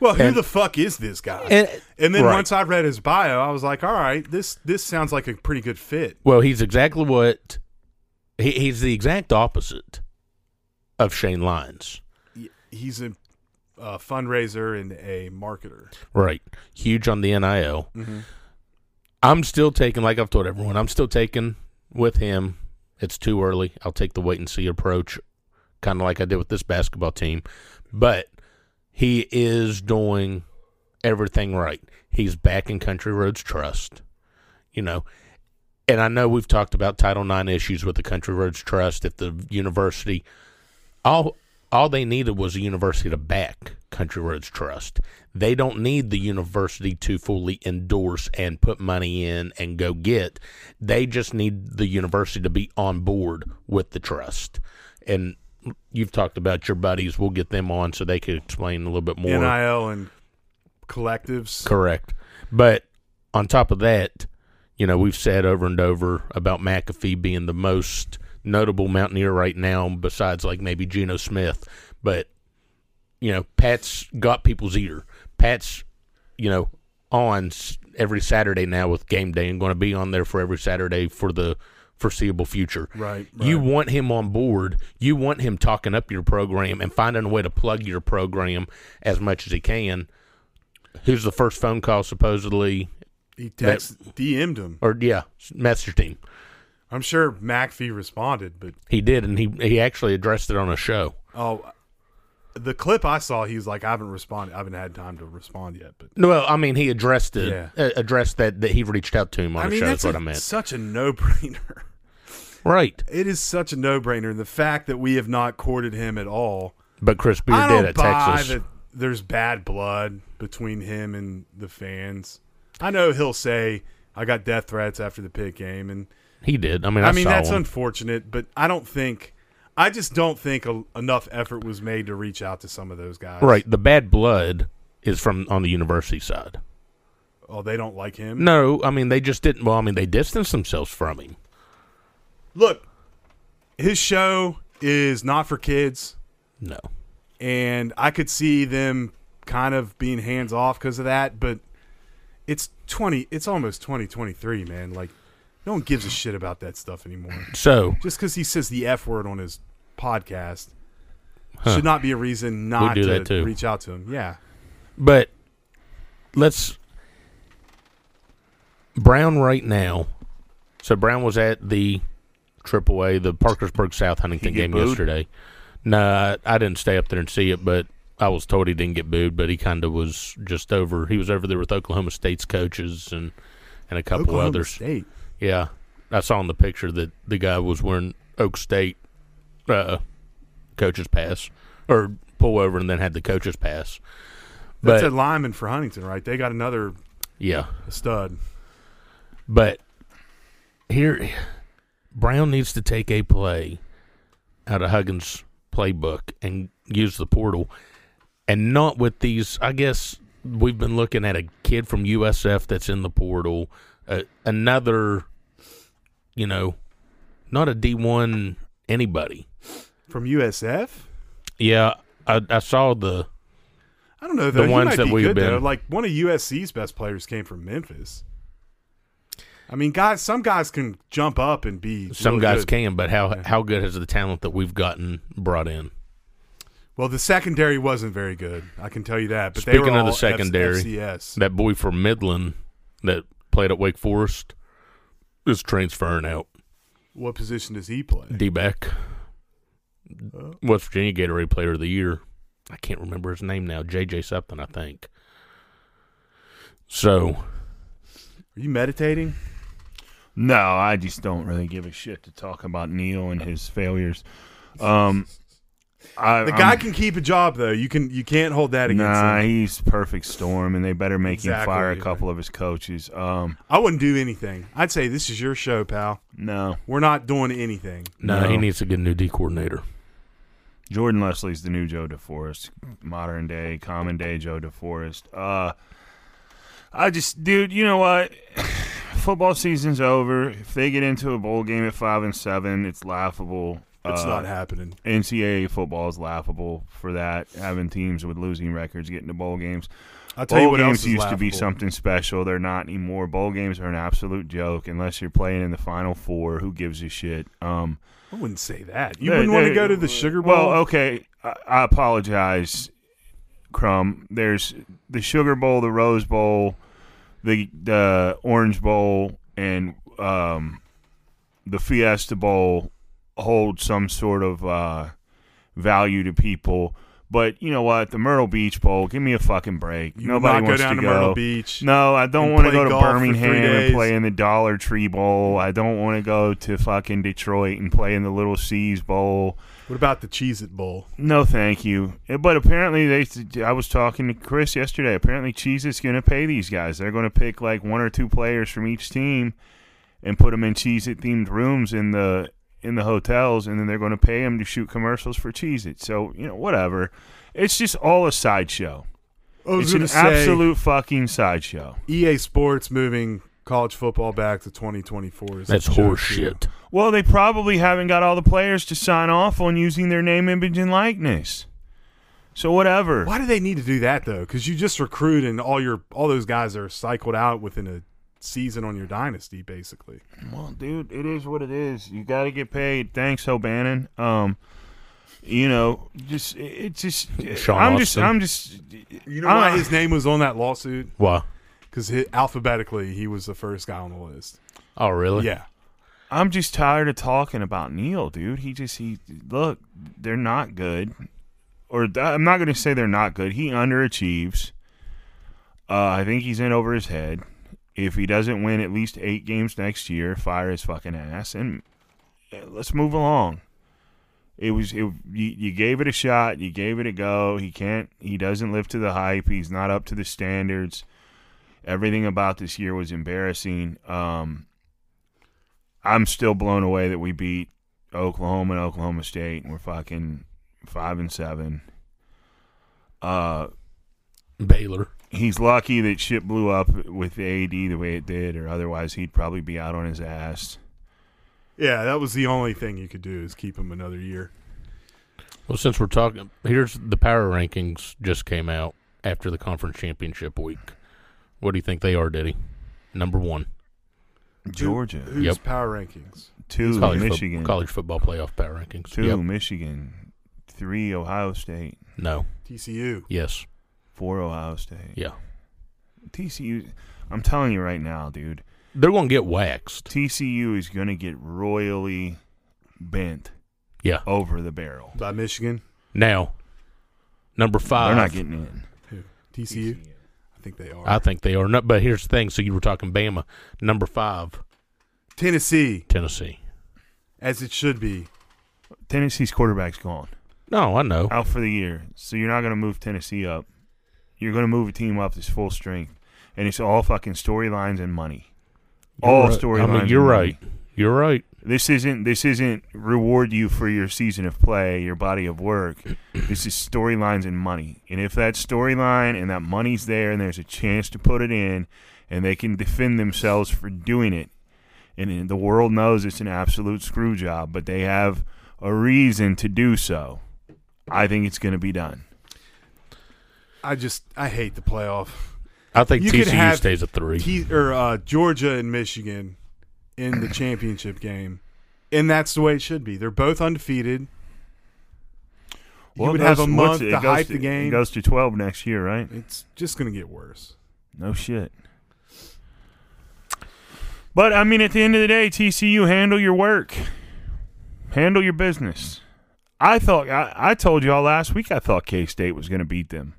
Speaker 8: well, who
Speaker 6: and-
Speaker 8: the fuck is this guy?
Speaker 6: and-
Speaker 8: And, then
Speaker 6: right.
Speaker 8: once I read his bio, I was like, all right, this this sounds like a pretty good fit.
Speaker 6: Well, he's exactly what he, he's the exact opposite of Shane Lyons.
Speaker 8: He's a uh, fundraiser and a marketer.
Speaker 6: Right. Huge on the NIL.
Speaker 8: Mm-hmm.
Speaker 6: I'm still taking, like I've told everyone, I'm still taking with him. It's too early. I'll take the wait and see approach, kind of like I did with this basketball team. But he is doing everything right. He's back in Country Roads Trust, you know. And I know we've talked about Title IX issues with the Country Roads Trust at the university. All all they needed was a university to back Country Roads Trust. They don't need the university to fully endorse and put money in and go get. They just need the university to be on board with the trust. And you've talked about your buddies. We'll get them on so they could explain a little bit more.
Speaker 8: NIL and collectives.
Speaker 6: Correct. But on top of that, you know, we've said over and over about McAfee being the most notable Mountaineer right now, besides like maybe Geno Smith. But, you know, Pat's got people's ear. Pat's, you know, on s- every Saturday now with game day and going to be on there for every Saturday for the foreseeable future.
Speaker 8: Right,
Speaker 6: You want him on board. You want him talking up your program and finding a way to plug your program as much as he can. Who's the first phone call supposedly?
Speaker 8: He text, DM'd him.
Speaker 6: Or yeah, messaged him.
Speaker 8: I'm sure McAfee responded, but
Speaker 6: He did, and he he actually addressed it on a show.
Speaker 8: oh, the clip I saw, he was like, I haven't responded. I haven't had time to respond yet. But
Speaker 6: No, well, I mean he addressed it,
Speaker 8: Yeah.
Speaker 6: uh, addressed that that he reached out to him on
Speaker 8: I
Speaker 6: a
Speaker 8: mean,
Speaker 6: show.
Speaker 8: that's
Speaker 6: Is what
Speaker 8: a-
Speaker 6: I meant.
Speaker 8: such a no brainer.
Speaker 6: Right,
Speaker 8: It is such a no brainer. The fact that we have not courted him at all.
Speaker 6: but Chris Beard
Speaker 8: I don't
Speaker 6: did at
Speaker 8: buy
Speaker 6: Texas.
Speaker 8: that there's bad blood between him and the fans. I know he'll say, I got death threats after the pit game. And
Speaker 6: He did. I mean, I,
Speaker 8: I mean,
Speaker 6: saw
Speaker 8: that's
Speaker 6: him.
Speaker 8: unfortunate, but I don't think, I just don't think a, enough effort was made to reach out to some of those guys.
Speaker 6: right. The bad blood is from on the university side.
Speaker 8: Oh, they don't like him?
Speaker 6: No, I mean they just didn't. Well, I mean they distanced themselves from him.
Speaker 8: Look, his show is not for kids,
Speaker 6: No,
Speaker 8: and I could see them kind of being hands off because of that, but it's 20, it's almost 2023, man. Like, no one gives a shit about that stuff anymore.
Speaker 6: so
Speaker 8: Just because he says the F word on his podcast should not be a reason not
Speaker 6: do
Speaker 8: to
Speaker 6: that too.
Speaker 8: reach out to him. Yeah.
Speaker 6: But let's Brown right now. So Brown was at the AAA, the Parkersburg South Huntington
Speaker 7: He get
Speaker 6: game
Speaker 7: booed?
Speaker 6: yesterday. No, I, I didn't stay up there and see it, but I was told he didn't get booed. But he kind of was just over. He was over there with Oklahoma State's coaches and and a couple
Speaker 8: Oklahoma
Speaker 6: others.
Speaker 8: State.
Speaker 6: Yeah, I saw in the picture that the guy was wearing Oak State uh, coach's pass or pull over and then had the coach's pass.
Speaker 8: That's
Speaker 6: But
Speaker 8: a lineman for Huntington, right? They got another
Speaker 6: yeah,
Speaker 8: stud.
Speaker 6: But here, Brown needs to take a play out of Huggins' playbook and use the portal, and not with these. I guess we've been looking at a kid from USF that's in the portal, uh, another, you know, not a D one anybody.
Speaker 8: From USF?
Speaker 6: Yeah, I, I saw the
Speaker 8: I don't know though. He
Speaker 6: ones
Speaker 8: might
Speaker 6: that
Speaker 8: be
Speaker 6: we've
Speaker 8: good,
Speaker 6: been-
Speaker 8: though. like one of USC's best players came from Memphis. I mean, guys, some guys can jump up and be
Speaker 6: some
Speaker 8: real
Speaker 6: guys
Speaker 8: good.
Speaker 6: can, but how how good has the talent that we've gotten brought in?
Speaker 8: Well, the secondary wasn't very good. I can tell you that. But they
Speaker 6: Speaking
Speaker 8: were
Speaker 6: of the
Speaker 8: all F-
Speaker 6: secondary,
Speaker 8: FCS.
Speaker 6: that boy from Midland that played at Wake Forest, is transferring out.
Speaker 8: What position does he play?
Speaker 6: D back. West Virginia Gatorade Player of the Year. I can't remember his name now. JJ something, I think. So,
Speaker 8: Are you meditating?
Speaker 7: No, I just don't really give a shit to talk about Neil and his failures. Um, I,
Speaker 8: The guy
Speaker 7: I'm-
Speaker 8: can keep a job though. You can you can't hold that against
Speaker 7: nah,
Speaker 8: him.
Speaker 7: he's perfect storm, and they better make him
Speaker 8: Exactly.
Speaker 7: fire a couple of his coaches. Um,
Speaker 8: I wouldn't do anything. I'd say this is your show, pal.
Speaker 7: No.
Speaker 8: We're not doing anything.
Speaker 6: no, he needs to get a new D coordinator.
Speaker 7: Jordan Leslie's the new Joe DeForest, modern day, common day Joe DeForest. Uh, I just, dude, you know what? Football season's over. If they get into a bowl game at five and seven, it's laughable. Uh,
Speaker 8: It's not happening.
Speaker 7: NCAA football is laughable for that. Having teams with losing records get into bowl games.
Speaker 8: I'll tell you
Speaker 7: bowl
Speaker 8: what
Speaker 7: games
Speaker 8: else is
Speaker 7: used to be
Speaker 8: laughable.
Speaker 7: something special. They're not anymore. Bowl games are an absolute joke unless you're playing in the Final Four. Who gives a shit? Um,
Speaker 8: I wouldn't say that. You
Speaker 7: they-
Speaker 8: wouldn't want
Speaker 7: they-
Speaker 8: to go to the Sugar Bowl.
Speaker 7: Well, okay. I, I apologize, Crumb. There's the Sugar Bowl, the Rose Bowl, the the Orange Bowl, and um, the Fiesta Bowl hold some sort of uh, value to people. But you know what? The Myrtle Beach Bowl. Give me a fucking break.
Speaker 8: You will
Speaker 7: Nobody
Speaker 8: not go
Speaker 7: wants
Speaker 8: down
Speaker 7: to
Speaker 8: to
Speaker 7: go.
Speaker 8: Myrtle Beach
Speaker 7: No, I don't
Speaker 8: and
Speaker 7: want to
Speaker 8: play
Speaker 7: go to
Speaker 8: golf for three
Speaker 7: Birmingham and
Speaker 8: days.
Speaker 7: play in the Dollar Tree Bowl. I don't want to go to fucking Detroit and play in the Little Seas Bowl.
Speaker 8: What about the Cheez It Bowl?
Speaker 7: No, thank you. Eh, But apparently, they. I was talking to Chris yesterday. Apparently, Cheez It's going to pay these guys. They're going to pick like one or two players from each team and put them in Cheez It themed rooms in the in the hotels, and then they're going to pay them to shoot commercials for Cheez It. So you know, whatever. It's just all a sideshow.
Speaker 8: I was
Speaker 7: It's an
Speaker 8: gonna say-
Speaker 7: absolute fucking sideshow.
Speaker 8: EA E Sports moving college football back to 2024. is
Speaker 6: That's
Speaker 8: a joke,
Speaker 6: horse
Speaker 8: too.
Speaker 6: shit.
Speaker 7: Well, they probably haven't got all the players to sign off on using their name, image, and likeness. So whatever.
Speaker 8: Why do they need to do that though? Because you just recruit and all your all those guys are cycled out within a season on your dynasty, basically.
Speaker 7: Well, dude, it is what it is. You got to get paid. Thanks, O'Bannon. Um, you know, just it- it's just.
Speaker 8: Sean
Speaker 7: I'm just.
Speaker 8: Austin.
Speaker 7: I'm just.
Speaker 8: You know why
Speaker 7: I-
Speaker 8: his name was on that lawsuit?
Speaker 6: Why?
Speaker 8: Because alphabetically he was the first guy on the list.
Speaker 6: Oh, really?
Speaker 8: Yeah.
Speaker 7: I'm just tired of talking about Neil, dude. He just he look, they're not good. Or th- I'm not going to say they're not good. He underachieves. Uh, I think he's in over his head. If he doesn't win at least eight games next year, fire his fucking ass and uh, let's move along. It was it, you, you gave it a shot. You gave it a go. He can't. He doesn't live to the hype. He's not up to the standards. Everything about this year was embarrassing. Um, I'm still blown away that we beat Oklahoma and Oklahoma State, and we're fucking five and seven. Uh,
Speaker 6: Baylor.
Speaker 7: He's lucky that shit blew up with the AD the way it did, or otherwise he'd probably be out on his ass.
Speaker 8: Yeah, that was the only thing you could do is keep him another year.
Speaker 6: Well, since we're talking, here's the power rankings just came out after the conference championship week. What do you think they are, Diddy? Number one.
Speaker 7: Georgia.
Speaker 8: Who's power rankings?
Speaker 7: Two
Speaker 6: college fo-
Speaker 7: Michigan.
Speaker 6: college football playoff power rankings.
Speaker 7: Two
Speaker 6: Yep.
Speaker 7: Michigan. Three Ohio State.
Speaker 6: No.
Speaker 8: TCU.
Speaker 6: Yes.
Speaker 7: Four Ohio State.
Speaker 6: Yeah.
Speaker 7: TCU. I'm telling you right now, dude.
Speaker 6: They're going to get waxed.
Speaker 7: TCU is going to get royally bent.
Speaker 6: Yeah.
Speaker 7: Over the barrel.
Speaker 8: By Michigan?
Speaker 6: Now, number 5
Speaker 7: They're not getting in.
Speaker 8: TCU? I think they are.
Speaker 6: I think they are. No, but here's the thing. So you were talking Bama. Number five,
Speaker 8: Tennessee,
Speaker 6: Tennessee.
Speaker 8: as it should be.
Speaker 7: Tennessee's quarterback's gone.
Speaker 6: No, I know.
Speaker 7: Out for the year. So you're not going to move Tennessee up. You're going to move a team up that's full strength. And it's all fucking storylines and money.
Speaker 6: You're
Speaker 7: all
Speaker 6: right.
Speaker 7: storylines.
Speaker 6: I mean,
Speaker 7: and
Speaker 6: you're
Speaker 7: money.
Speaker 6: right. You're right.
Speaker 7: This isn't this isn't reward you for your season of play, your body of work. this is storylines and money. And if that storyline and that money's there and there's a chance to put it in and they can defend themselves for doing it. And in- the world knows it's an absolute screw job, but they have a reason to do so. I think it's going to be done.
Speaker 8: I just I hate the playoff.
Speaker 6: I think
Speaker 8: You could
Speaker 6: TCU
Speaker 8: have
Speaker 6: stays at three.
Speaker 8: T- or uh, Georgia and Michigan in the championship game, and that's the way it should be. They're both undefeated.
Speaker 7: Well,
Speaker 8: you
Speaker 7: it
Speaker 8: would have
Speaker 7: goes-
Speaker 8: a
Speaker 7: what's
Speaker 8: month
Speaker 7: it- it
Speaker 8: to
Speaker 7: goes
Speaker 8: hype the
Speaker 7: It
Speaker 8: game.
Speaker 7: goes to 12 next year, right?
Speaker 8: it's just going to get worse.
Speaker 7: No shit. But I mean, at the end of the day, TCU handle your work, handle your business. I thought I, I told y'all last week I thought K State was going to beat them.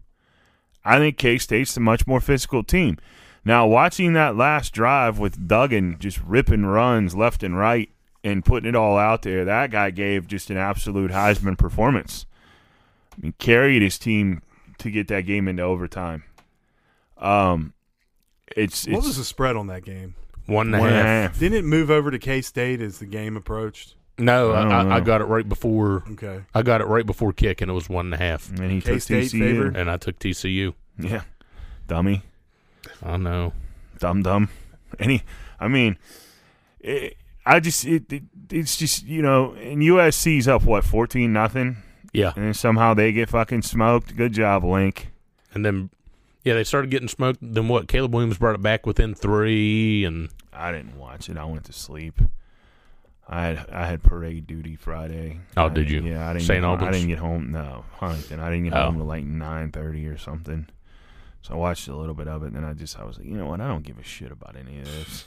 Speaker 7: I think K State's the much more physical team. Now, watching that last drive with Duggan just ripping runs left and right and putting it all out there, that guy gave just an absolute Heisman performance. I mean, carried his team to get that game into overtime. Um, it's
Speaker 8: What
Speaker 7: it's
Speaker 8: was the spread on that game?
Speaker 6: One and a
Speaker 7: One and a
Speaker 6: half.
Speaker 7: half.
Speaker 8: Didn't it move over to K State as the game approached?
Speaker 6: No,
Speaker 7: I
Speaker 6: I,
Speaker 7: don't
Speaker 6: I, I
Speaker 7: know.
Speaker 6: got it right before.
Speaker 8: Okay.
Speaker 6: I got it right before kick, and it was one and a half.
Speaker 7: and he took
Speaker 8: K-State
Speaker 7: TCU.
Speaker 8: favored?
Speaker 6: And I took TCU.
Speaker 7: Yeah, dummy.
Speaker 6: I know.
Speaker 7: dumb dumb. Any, I mean, it, I just it, it it's just you know, and USC's up what fourteen nothing,
Speaker 6: Yeah.
Speaker 7: and then somehow they get fucking smoked. Good job, Link.
Speaker 6: And then, yeah, they started getting smoked. Then what? Caleb Williams brought it back within three, and
Speaker 7: I didn't watch it. I went to sleep. I had I had parade duty Friday.
Speaker 6: Oh,
Speaker 7: I
Speaker 6: did
Speaker 7: didn't-
Speaker 6: you?
Speaker 7: Yeah, I didn't.
Speaker 6: St.
Speaker 7: Get, home- I
Speaker 6: Albans?
Speaker 7: didn't get home. No, Huntington. I didn't get
Speaker 6: Oh.
Speaker 7: home till like nine thirty or something. So I watched a little bit of it, and then I just I was like, you know what? I don't give a shit about any of this.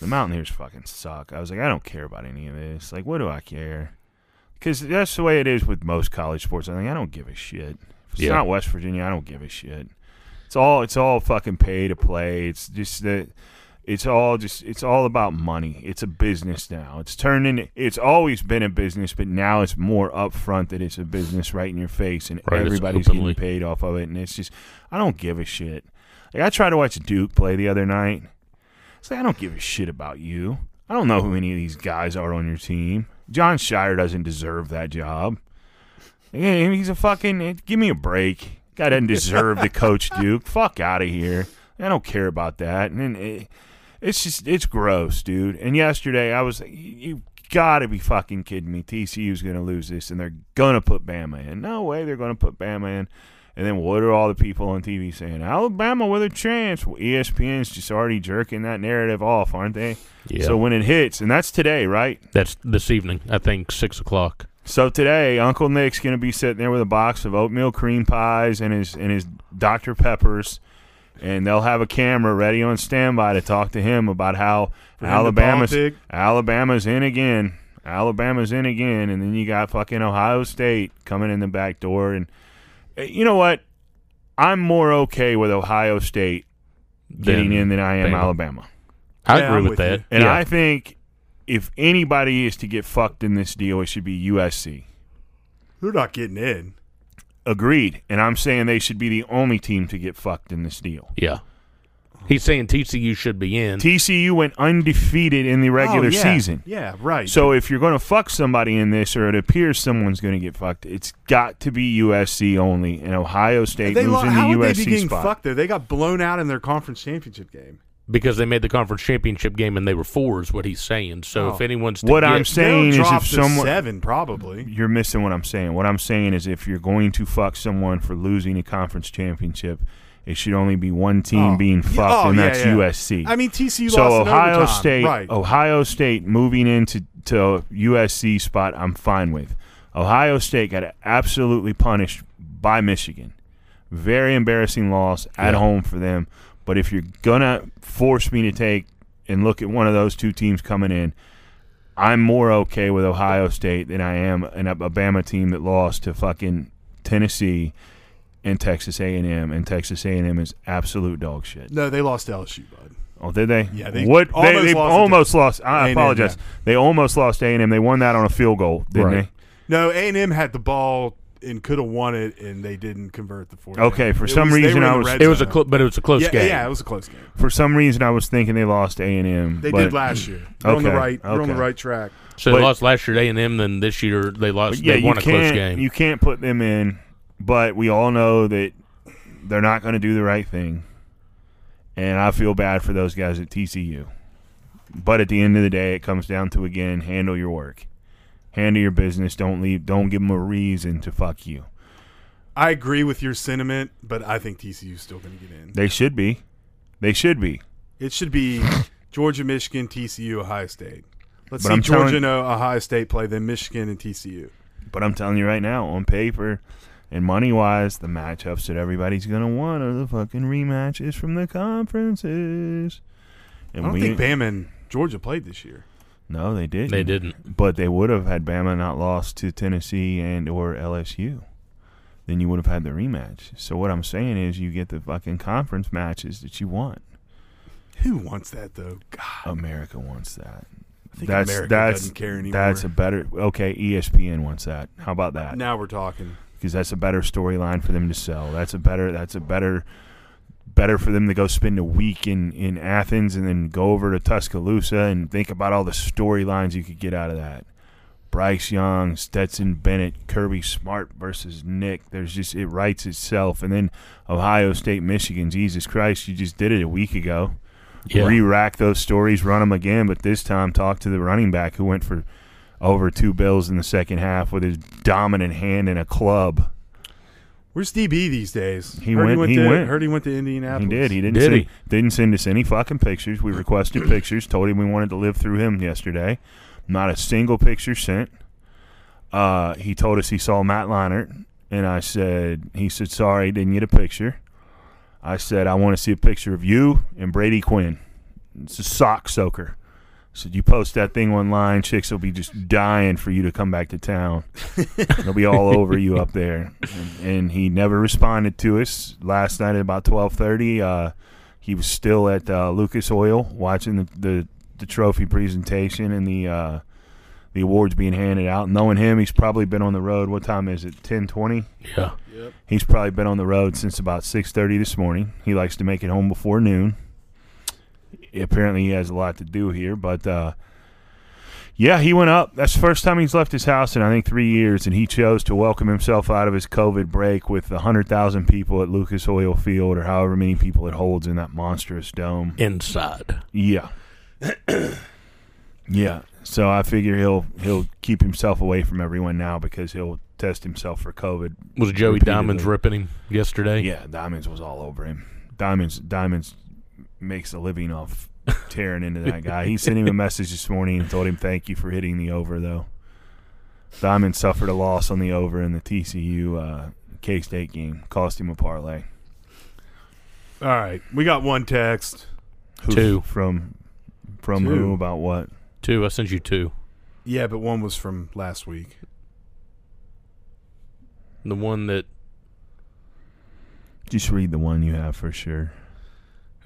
Speaker 7: The Mountaineers fucking suck. I was like, I don't care about any of this. Like, what do I care? Because that's the way it is with most college sports. I think I don't give a shit. If it's
Speaker 6: Yeah.
Speaker 7: not West Virginia, I don't give a shit. It's all it's all fucking pay to play. It's just that it's all just it's all about money. It's a business now. It's turned into it's always been a business, but now it's more upfront that it's a business right in your face and
Speaker 6: Right, it's
Speaker 7: everybody's getting
Speaker 6: openly.
Speaker 7: paid off of it and it's just I don't give a shit. Like I tried to watch Duke play the other night. It's like I don't give a shit about you. I don't know who any of these guys are on your team. John Shire doesn't deserve that job. Yeah, he's a fucking. eh, Give me a break. Guy doesn't deserve to coach Duke. Fuck out of here. I don't care about that. And eh, then it, it's just it's gross, dude. And yesterday I was like, you got to be fucking kidding me. TCU's gonna lose this, and they're gonna put Bama in. No way they're gonna put Bama in. And then what are all the people on TV saying? Alabama with a chance. Well, E ESPN's just already jerking that narrative off, aren't they?
Speaker 6: Yeah.
Speaker 7: So when it hits, and that's today, right?
Speaker 6: that's this evening. I think six o'clock.
Speaker 7: So today, Uncle Nick's gonna be sitting there with a box of oatmeal cream pies and his and his Dr Peppers, and they'll have a camera ready on standby to talk to him about how
Speaker 8: him to
Speaker 7: Alabama's
Speaker 8: politic.
Speaker 7: Alabama's in again, Alabama's in again, and then you got fucking Ohio State coming in the back door, and eh, you know what? I'm more okay with Ohio State getting
Speaker 6: Then
Speaker 7: in than I am
Speaker 6: Bama.
Speaker 7: Alabama.
Speaker 6: I
Speaker 8: Yeah,
Speaker 6: agree
Speaker 8: I'm
Speaker 6: with,
Speaker 8: with
Speaker 6: that.
Speaker 8: you.
Speaker 7: And
Speaker 6: yeah.
Speaker 7: I think if anybody is to get fucked in this deal, it should be USC.
Speaker 8: They're not getting in.
Speaker 7: Agreed. And I'm saying they should be the only team to get fucked in this deal.
Speaker 6: yeah. He's saying TCU should be in.
Speaker 7: TCU went undefeated in the regular
Speaker 8: Oh, yeah.
Speaker 7: season.
Speaker 8: Yeah, right.
Speaker 7: So if you're going to fuck somebody in this, or it appears someone's going to get fucked, it's got to be USC only, and Ohio State
Speaker 8: they lo-
Speaker 7: losing
Speaker 8: how
Speaker 7: the
Speaker 8: would they
Speaker 7: USC
Speaker 8: be getting
Speaker 7: spot.
Speaker 8: fucked there? They got blown out in their conference championship game.
Speaker 6: because they made the conference championship game and they were four is what he's saying. So
Speaker 8: Oh.
Speaker 6: if anyone's to
Speaker 7: What
Speaker 6: get-
Speaker 7: I'm saying
Speaker 8: They'll
Speaker 7: is,
Speaker 8: drop
Speaker 7: if
Speaker 8: to
Speaker 7: someone
Speaker 8: seven probably.
Speaker 7: you're missing what I'm saying. What I'm saying is, if you're going to fuck someone for losing a conference championship, it should only be one team
Speaker 8: Oh.
Speaker 7: being
Speaker 8: Yeah,
Speaker 7: fucked,
Speaker 8: oh,
Speaker 7: and
Speaker 8: yeah,
Speaker 7: that's
Speaker 8: yeah.
Speaker 7: USC.
Speaker 8: I mean, TCU
Speaker 7: so
Speaker 8: lost in
Speaker 7: Ohio
Speaker 8: overtime.
Speaker 7: State, oh.
Speaker 8: Right.
Speaker 7: Ohio State moving into to USC spot, I'm fine with. Ohio State got absolutely punished by Michigan. Very embarrassing loss at home for them. But if you're gonna force me to take and look at one of those two teams coming in, I'm more okay with Ohio State than I am an Alabama team that lost to fucking Tennessee and Texas A&M, and Texas A&M is absolute dog shit.
Speaker 8: No, they lost to LSU, bud.
Speaker 7: Oh, did they?
Speaker 8: Yeah, they
Speaker 7: what
Speaker 8: almost
Speaker 7: they, they
Speaker 8: lost to
Speaker 7: almost lost. I
Speaker 8: A&M,
Speaker 7: apologize.
Speaker 8: yeah.
Speaker 7: They almost lost A and M. They won that on a field goal, didn't
Speaker 6: Right.
Speaker 8: No, A and M had the ball and could have won it, and they didn't convert the fourth.
Speaker 7: Okay,
Speaker 8: down.
Speaker 7: for
Speaker 8: It
Speaker 7: some
Speaker 8: was- they
Speaker 7: reason
Speaker 8: were in
Speaker 7: I
Speaker 8: the
Speaker 7: was-
Speaker 8: red
Speaker 6: it was a
Speaker 8: zone.
Speaker 6: cl- but it was a close
Speaker 8: yeah,
Speaker 6: game.
Speaker 8: yeah, it was a close game.
Speaker 7: they? For some reason, I was thinking they lost A and M.
Speaker 8: They did last year. They're on the
Speaker 7: okay,
Speaker 8: right. They're on the
Speaker 7: okay.
Speaker 8: right track.
Speaker 6: so
Speaker 7: but-
Speaker 6: they lost last year to A and M. Then this year they lost.
Speaker 7: Yeah,
Speaker 6: they
Speaker 7: you
Speaker 6: won a close
Speaker 7: can't.
Speaker 6: game.
Speaker 7: You can't put them in. But we all know that they're not going to do the right thing, and I feel bad for those guys at TCU. But at the end of the day, it comes down to again, handle your work, handle your business. Don't leave. Don't give them a reason to fuck you.
Speaker 8: I agree with your sentiment, but I think TCU's still going to get in.
Speaker 7: They should be. They should be.
Speaker 8: It should be Georgia, Michigan, TCU, Ohio State. Let's
Speaker 7: But
Speaker 8: see
Speaker 7: I'm
Speaker 8: Georgia
Speaker 7: telling-
Speaker 8: and Ohio State play, then Michigan and TCU.
Speaker 7: But I'm telling you right now, on paper and money wise, the matchups that everybody's gonna want are the fucking rematches from the conferences.
Speaker 8: I
Speaker 7: And
Speaker 8: don't
Speaker 7: we
Speaker 8: think Bama and Georgia played this year.
Speaker 7: No, they didn't.
Speaker 6: They didn't.
Speaker 7: But they would have had Bama not lost to Tennessee and or LSU. Then you would have had the rematch. So what I'm saying is, you get the fucking conference matches that you want.
Speaker 8: Who wants that though? God,
Speaker 7: America wants that.
Speaker 8: I think America doesn't care anymore.
Speaker 7: That's a better okay. E ESPN wants that. How about that?
Speaker 8: Now we're talking.
Speaker 7: Because that's a better storyline for them to sell. That's a better. That's a better. Better for them to go spend a week in in Athens and then go over to Tuscaloosa and think about all the storylines you could get out of that. Bryce Young, Stetson Bennett, Kirby Smart versus Nick. There's just it writes itself. And then Ohio State, Michigan. Jesus Christ, you just did it a week ago
Speaker 6: Yeah.
Speaker 7: re-rack those stories, run them again, but this time talk to the running back who went for over two bills in the second half with his dominant hand in a club.
Speaker 8: Where's DB these days?
Speaker 7: He
Speaker 8: Heard
Speaker 7: went- he
Speaker 8: to,
Speaker 7: went.
Speaker 8: Heard he went to Indianapolis.
Speaker 7: He did. He didn't.
Speaker 6: Did
Speaker 7: send,
Speaker 6: he?
Speaker 7: Didn't send us any fucking pictures. We requested pictures. Told him we wanted to live through him yesterday. Not a single picture sent. Uh, he told us he saw Matt Leinart, and I said he said sorry, didn't get a picture. I said I want to see a picture of you and Brady Quinn. It's a sock soaker. I said you post that thing online, chicks will be just dying for you to come back to town. They'll be all over you up there. And, and he never responded to us last night at about twelve thirty. Uh, he was still at uh, Lucas Oil watching the, the, the trophy presentation and the uh, the awards being handed out. Knowing him, he's probably been on the road. What time is it? Ten twenty.
Speaker 6: Yeah.
Speaker 7: He's probably been on the road since about six thirty this morning. He likes to make it home before noon. Apparently, he has a lot to do here, but. Uh, yeah, he went up. That's the first time he's left his house in I think three years, and he chose to welcome himself out of his COVID break with the hundred thousand people at Lucas Oil Field, or however many people it holds in that monstrous dome.
Speaker 6: Inside.
Speaker 7: Yeah, yeah. So I figure he'll he'll keep himself away from everyone now because he'll test himself for COVID.
Speaker 6: Was Joey
Speaker 7: repeatedly.
Speaker 6: Diamonds ripping him yesterday?
Speaker 7: Yeah, Diamonds was all over him. Diamonds Diamonds makes a living off tearing into that guy. He sent him a message this morning and told him thank you for hitting the over though. Diamond suffered a loss on the over in the TCU uh, K State game, cost him a parlay.
Speaker 8: All right, we got one text.
Speaker 7: Who,
Speaker 6: Two.
Speaker 7: from from
Speaker 8: Two.
Speaker 7: who about what?
Speaker 6: Two. I sent you two.
Speaker 8: Yeah, but one was from last week.
Speaker 6: The one that
Speaker 7: Just read the one you have for sure.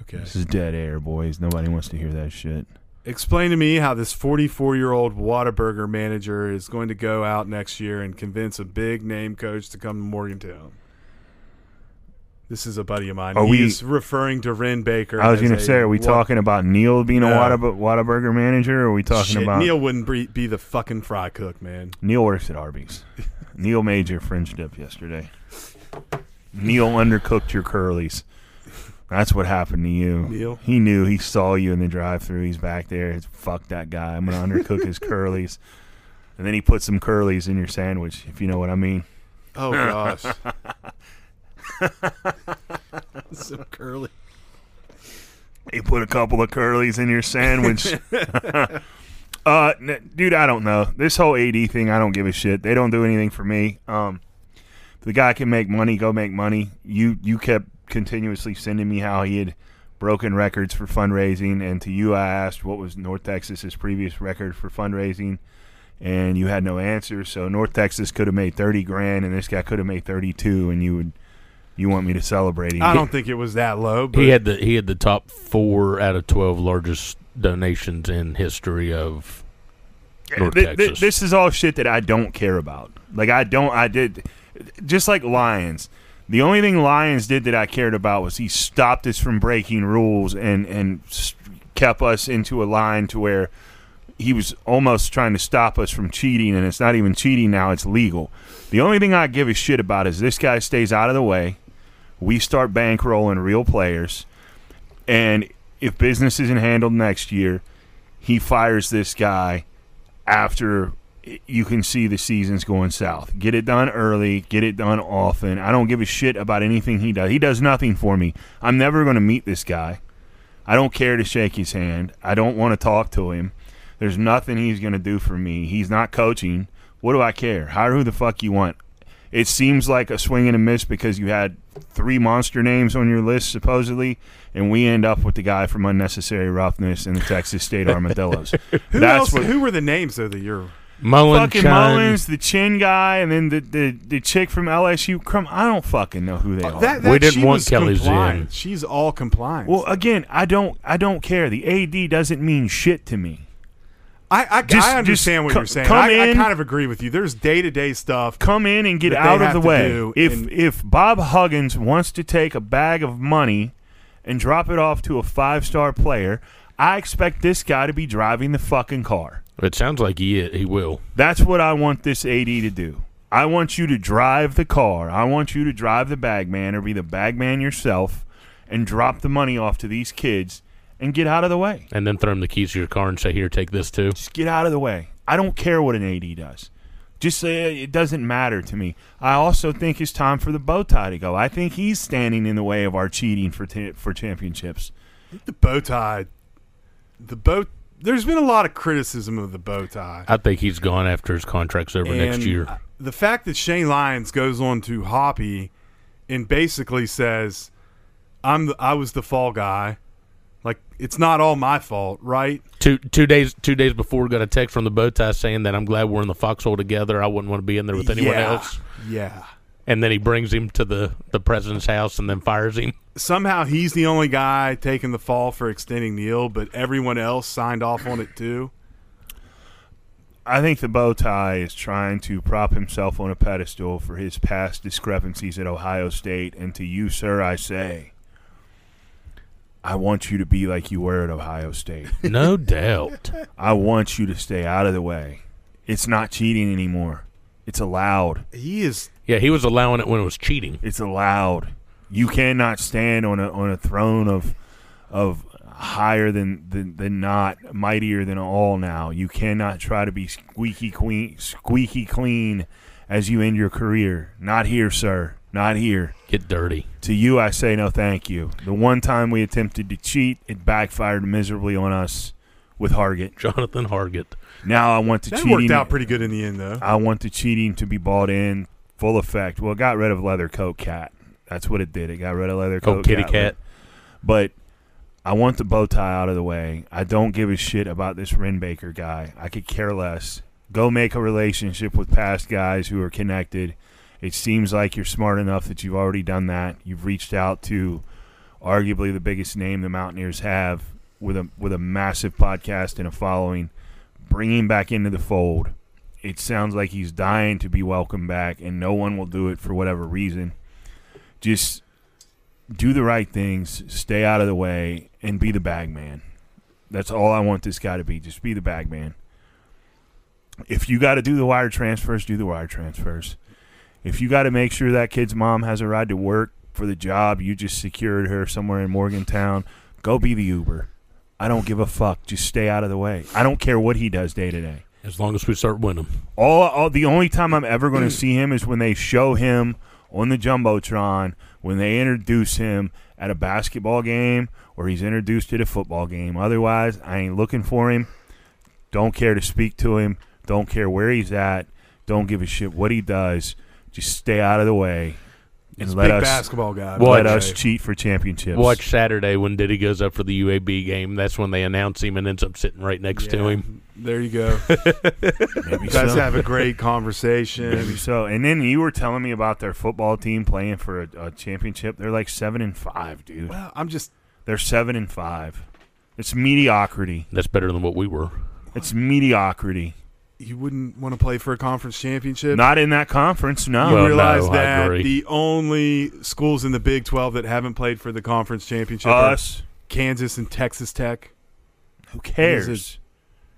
Speaker 8: Okay.
Speaker 7: This is dead air, boys. Nobody wants to hear that shit.
Speaker 8: Explain to me how this 44 year old Whataburger manager is going to go out next year and convince a big name coach to come to Morgantown. This is a buddy of mine.
Speaker 7: Are we-
Speaker 8: He's referring to Ren Baker.
Speaker 7: I was
Speaker 8: as
Speaker 7: gonna
Speaker 8: a
Speaker 7: say, are we
Speaker 8: Wha-
Speaker 7: talking about Neil being a
Speaker 8: No.
Speaker 7: Whatabu- Whataburger manager? Or are we talking
Speaker 8: Shit,
Speaker 7: about
Speaker 8: Neil wouldn't be, be the fucking fry cook, man.
Speaker 7: Neil works at Arby's. Neil made your French dip yesterday. Neil undercooked your curlies. That's what happened to you.
Speaker 8: Neil?
Speaker 7: He knew. He saw you in the drive-through. He's back there. It's fuck that guy. I'm gonna undercook his curlies, and then he put some curlies in your sandwich. If you know what I mean.
Speaker 8: Oh gosh. Some curly.
Speaker 7: He put a couple of curlies in your sandwich. uh, n- dude, I don't know. This whole AD thing, I don't give a shit. They don't do anything for me. Um, if the guy can make money, go make money. You you kept continuously sending me how he had broken records for fundraising, and to you I asked what was North Texas's previous record for fundraising, and you had no answer. So North Texas could have made thirty grand, and this guy could have made thirty-two, and you would you want me to celebrate him?
Speaker 8: I don't think it was that low, but
Speaker 6: he had the he had the top four out of twelve largest donations in history of North
Speaker 7: Th- th-
Speaker 6: Texas.
Speaker 7: this is all shit that I don't care about. Like I don't. I did just like Lions. The only thing Lions did that I cared about was he stopped us from breaking rules and and s- kept us into a line to where he was almost trying to stop us from cheating, and it's not even cheating now; it's legal. The only thing I give a shit about is this guy stays out of the way. We start bankrolling real players, and if business isn't handled next year, he fires this guy after you can see the season's going south. Get it done early, get it done often. I don't give a shit about anything he does. He does nothing for me. I'm never going to meet this guy. I don't care to shake his hand. I don't want to talk to him. There's nothing he's going to do for me. He's not coaching. What do I care? Hire who the fuck you want. It seems like a swing and a miss because you had three monster names on your list supposedly, and we end up with the guy from Unnecessary Roughness and the Texas State Armadillos.
Speaker 8: who
Speaker 7: That's
Speaker 8: else?
Speaker 7: what
Speaker 8: who were the names though that you're?
Speaker 6: Mullen,
Speaker 7: fucking
Speaker 6: Chun.
Speaker 7: Mullins, the chin guy, and then the, the the chick from LSU. Crumb, I don't fucking know who they are.
Speaker 8: Oh, That, that, she was compliant. She's all compliant.
Speaker 7: Well, again, I don't I don't care. The AD doesn't mean shit to me.
Speaker 8: I I,
Speaker 7: Just-
Speaker 8: I
Speaker 7: just
Speaker 8: understand what
Speaker 7: co-
Speaker 8: you're saying.
Speaker 7: come
Speaker 8: I, I
Speaker 7: in-
Speaker 8: kind of agree with you. There's day to day stuff.
Speaker 7: Come in and get
Speaker 8: that they
Speaker 7: out of
Speaker 8: have
Speaker 7: the
Speaker 8: to
Speaker 7: way.
Speaker 8: do
Speaker 7: If
Speaker 8: and-
Speaker 7: if Bob Huggins wants to take a bag of money and drop it off to a five star player, I expect this guy to be driving the fucking car.
Speaker 6: It sounds like he i- he will.
Speaker 7: That's what I want this AD to do. I want you to drive the car. I want you to drive the bag man or be the bag man yourself and drop the money off to these kids and get out of the way.
Speaker 6: And then throw him the keys to your car and say, "Here, take this too."
Speaker 7: Just get out of the way. I don't care what an AD does. Just say uh, it doesn't matter to me. I also think it's time for the bow tie to go. I think he's standing in the way of our cheating for ta- for championships.
Speaker 8: The bow tie. The bow. There's been a lot of criticism of the bow tie.
Speaker 6: I think he's gone after his contract's over next
Speaker 8: And
Speaker 6: year.
Speaker 8: The fact that Shane Lyons goes on to Hoppy and basically says, "I'm the, I was the fall guy," like it's not all my fault, right?
Speaker 6: Two two days two days before, got a text from the bow tie saying that I'm glad we're in the foxhole together. I wouldn't want to be in there with anyone
Speaker 8: Yeah.
Speaker 6: else.
Speaker 8: Yeah.
Speaker 6: And then he brings him to the the president's house and then fires him.
Speaker 8: Somehow he's the only guy taking the fall for extending the ill, but everyone else signed off on it too.
Speaker 7: I think the bow tie is trying to prop himself on a pedestal for his past discrepancies at Ohio State. And to you, sir, I say, I want you to be like you were at Ohio State.
Speaker 6: No doubt.
Speaker 7: I want you to stay out of the way. It's not cheating anymore. It's allowed.
Speaker 8: He is
Speaker 6: Yeah, he was allowing it when it was cheating.
Speaker 7: It's allowed. You cannot stand on a on a throne of of higher than than, than not, mightier than all. Now you cannot try to be squeaky clean, squeaky clean as you end your career. Not here, sir. Not here.
Speaker 6: Get dirty.
Speaker 7: To you, I say no, thank you. The one time we attempted to cheat, it backfired miserably on us with Hargett.
Speaker 6: Jonathan Hargett.
Speaker 7: Now I want the
Speaker 8: that
Speaker 7: cheating.
Speaker 8: worked out pretty good in the end, though.
Speaker 7: I want the cheating to be bought in full effect. Well, it got rid of leather coat cat. That's what it did. It got rid of leather
Speaker 6: Oh,
Speaker 7: coat
Speaker 6: kitty
Speaker 7: cat.
Speaker 6: cat.
Speaker 7: But I want the bow tie out of the way. I don't give a shit about this Renbaker guy. I could care less. Go make a relationship with past guys who are connected. It seems like you're smart enough that you've already done that. You've reached out to arguably the biggest name the Mountaineers have with a with a massive podcast and a following. Bring him back into the fold. It sounds like he's dying to be welcomed back, and no one will do it for whatever reason. Just do the right things, stay out of the way, and be the bag man. That's all I want this guy to be. Just be the bag man. If you got to do the wire transfers, do the wire transfers. If you got to make sure that kid's mom has a ride to work for the job you just secured her somewhere in Morgantown, go be the Uber. I don't give a fuck. Just stay out of the way. I don't care what he does day to day.
Speaker 6: As long as we start winning.
Speaker 7: All, all the only time I'm ever going to see him is when they show him on the jumbotron, when they introduce him at a basketball game or he's introduced at a football game. Otherwise, I ain't looking for him. Don't care to speak to him. Don't care where he's at. Don't give a shit what he does. Just stay out of the way and
Speaker 8: He's a
Speaker 7: let
Speaker 8: big
Speaker 7: us
Speaker 8: basketball guy.
Speaker 6: Watch.
Speaker 7: let us cheat for championships.
Speaker 6: Watch Saturday when Diddy goes up for the UAB game. That's when they announce him and ends up sitting right next to
Speaker 8: Yeah.
Speaker 6: him.
Speaker 8: There you go.
Speaker 7: Maybe
Speaker 8: You guys
Speaker 7: so.
Speaker 8: have a great conversation.
Speaker 7: Maybe so. And then you were telling me about their football team playing for a, a championship. They're like seven and five, dude.
Speaker 8: Well, I'm just
Speaker 7: They're seven and five. It's mediocrity.
Speaker 6: That's better than what we were.
Speaker 7: It's mediocrity.
Speaker 8: you wouldn't want to play for a conference championship.
Speaker 7: Not in that conference, no.
Speaker 8: you
Speaker 6: Well,
Speaker 8: realize
Speaker 6: no, I
Speaker 8: that
Speaker 6: agree.
Speaker 8: the only schools in the Big 12 that haven't played for the conference championship
Speaker 7: Us.
Speaker 8: are Kansas and Texas Tech.
Speaker 7: Who cares?
Speaker 8: This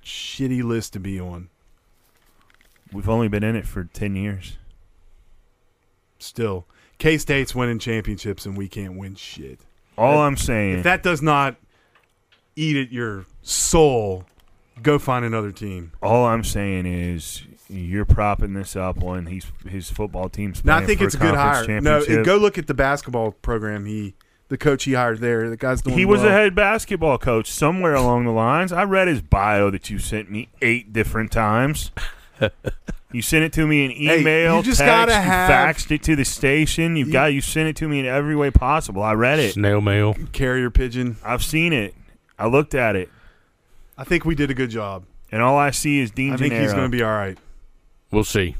Speaker 8: Shitty list to be on.
Speaker 7: We've only been in it for ten years.
Speaker 8: Still, K State's winning championships and we can't win shit.
Speaker 7: All I'm saying,
Speaker 8: If that does not eat at your soul, go find another team.
Speaker 7: all I'm saying is, you're propping this up when he's his football team's.
Speaker 8: Now I
Speaker 7: playing
Speaker 8: think
Speaker 7: for
Speaker 8: it's a good
Speaker 7: conference
Speaker 8: hire. No,
Speaker 7: championship.
Speaker 8: go look at the basketball program. He, the coach he hired there, the guy's doing.
Speaker 7: He was
Speaker 8: well.
Speaker 7: a head basketball coach somewhere along the lines. I read his bio that you sent me eight different times. You sent it to me in
Speaker 8: Hey,
Speaker 7: email,
Speaker 8: you just
Speaker 7: text,
Speaker 8: gotta
Speaker 7: you
Speaker 8: have-
Speaker 7: faxed it to the station. You've got you sent it to me in every way possible. I read it.
Speaker 6: Snail mail.
Speaker 8: Carrier pigeon.
Speaker 7: I've seen it. I looked at it,
Speaker 8: I think we did a good job.
Speaker 7: and all I see is Dean.
Speaker 8: I think he's
Speaker 7: Gennaro.
Speaker 8: going to be all right.
Speaker 6: We'll see.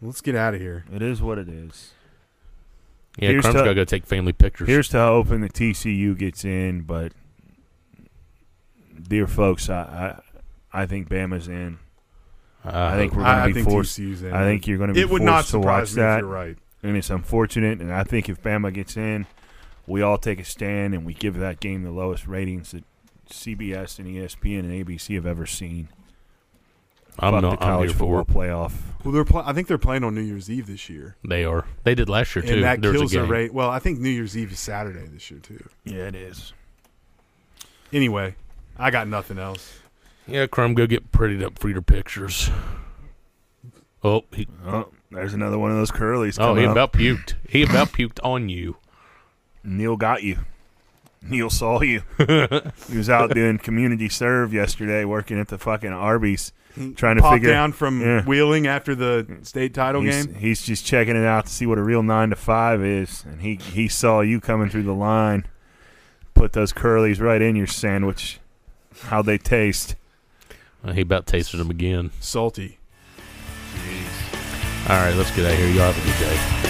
Speaker 8: Let's get out of here.
Speaker 7: It is what it is.
Speaker 6: Yeah,
Speaker 7: Here's
Speaker 6: Crumb's
Speaker 7: to-
Speaker 6: got to go take family pictures.
Speaker 7: Here's to hoping the TCU gets in, but dear folks, I I, I think Bama's in. I think we're
Speaker 8: I- I
Speaker 7: going to be
Speaker 8: think
Speaker 7: forced.
Speaker 8: TCU's in.
Speaker 7: I think you're going to be
Speaker 8: It would
Speaker 7: forced
Speaker 8: not
Speaker 7: to watch
Speaker 8: surprise me if
Speaker 7: that.
Speaker 8: you're right.
Speaker 7: and it's unfortunate. And I think if Bama gets in, we all take a stand and we give that game the lowest ratings that CBS and E ESPN and ABC have ever seen.
Speaker 6: I'm
Speaker 7: Fuck
Speaker 6: not-
Speaker 7: the
Speaker 6: I'm
Speaker 7: college
Speaker 6: here for
Speaker 7: football
Speaker 6: it.
Speaker 7: playoff.
Speaker 8: Well, they're pl- I think they're playing on New Year's Eve this year,
Speaker 6: They are. They did last year, too.
Speaker 8: and that
Speaker 6: There's
Speaker 8: kills
Speaker 6: a
Speaker 8: the
Speaker 6: game.
Speaker 8: rate. Well, I think New Year's Eve is Saturday this year too.
Speaker 7: Yeah, it is.
Speaker 8: Anyway, I got nothing else.
Speaker 6: Yeah, Crumb, go get prettied up for your pictures. Oh, he,
Speaker 7: Oh, there's another one of those curlies.
Speaker 6: oh, he
Speaker 7: coming up.
Speaker 6: about puked. He about puked on you.
Speaker 7: Neil got you. Neil saw you. he was out doing community serve yesterday, working at the fucking Arby's, trying to
Speaker 8: Pop
Speaker 7: figure
Speaker 8: down from
Speaker 7: Yeah.
Speaker 8: Wheeling after the state title
Speaker 7: he's,
Speaker 8: game.
Speaker 7: he's just checking it out to see what a real nine to five is, and he he saw you coming through the line. Put those curlies right in your sandwich. How they taste?
Speaker 6: Uh, He about tasted them again.
Speaker 8: Salty.
Speaker 6: All right, let's get out of here. Y'all have a good day.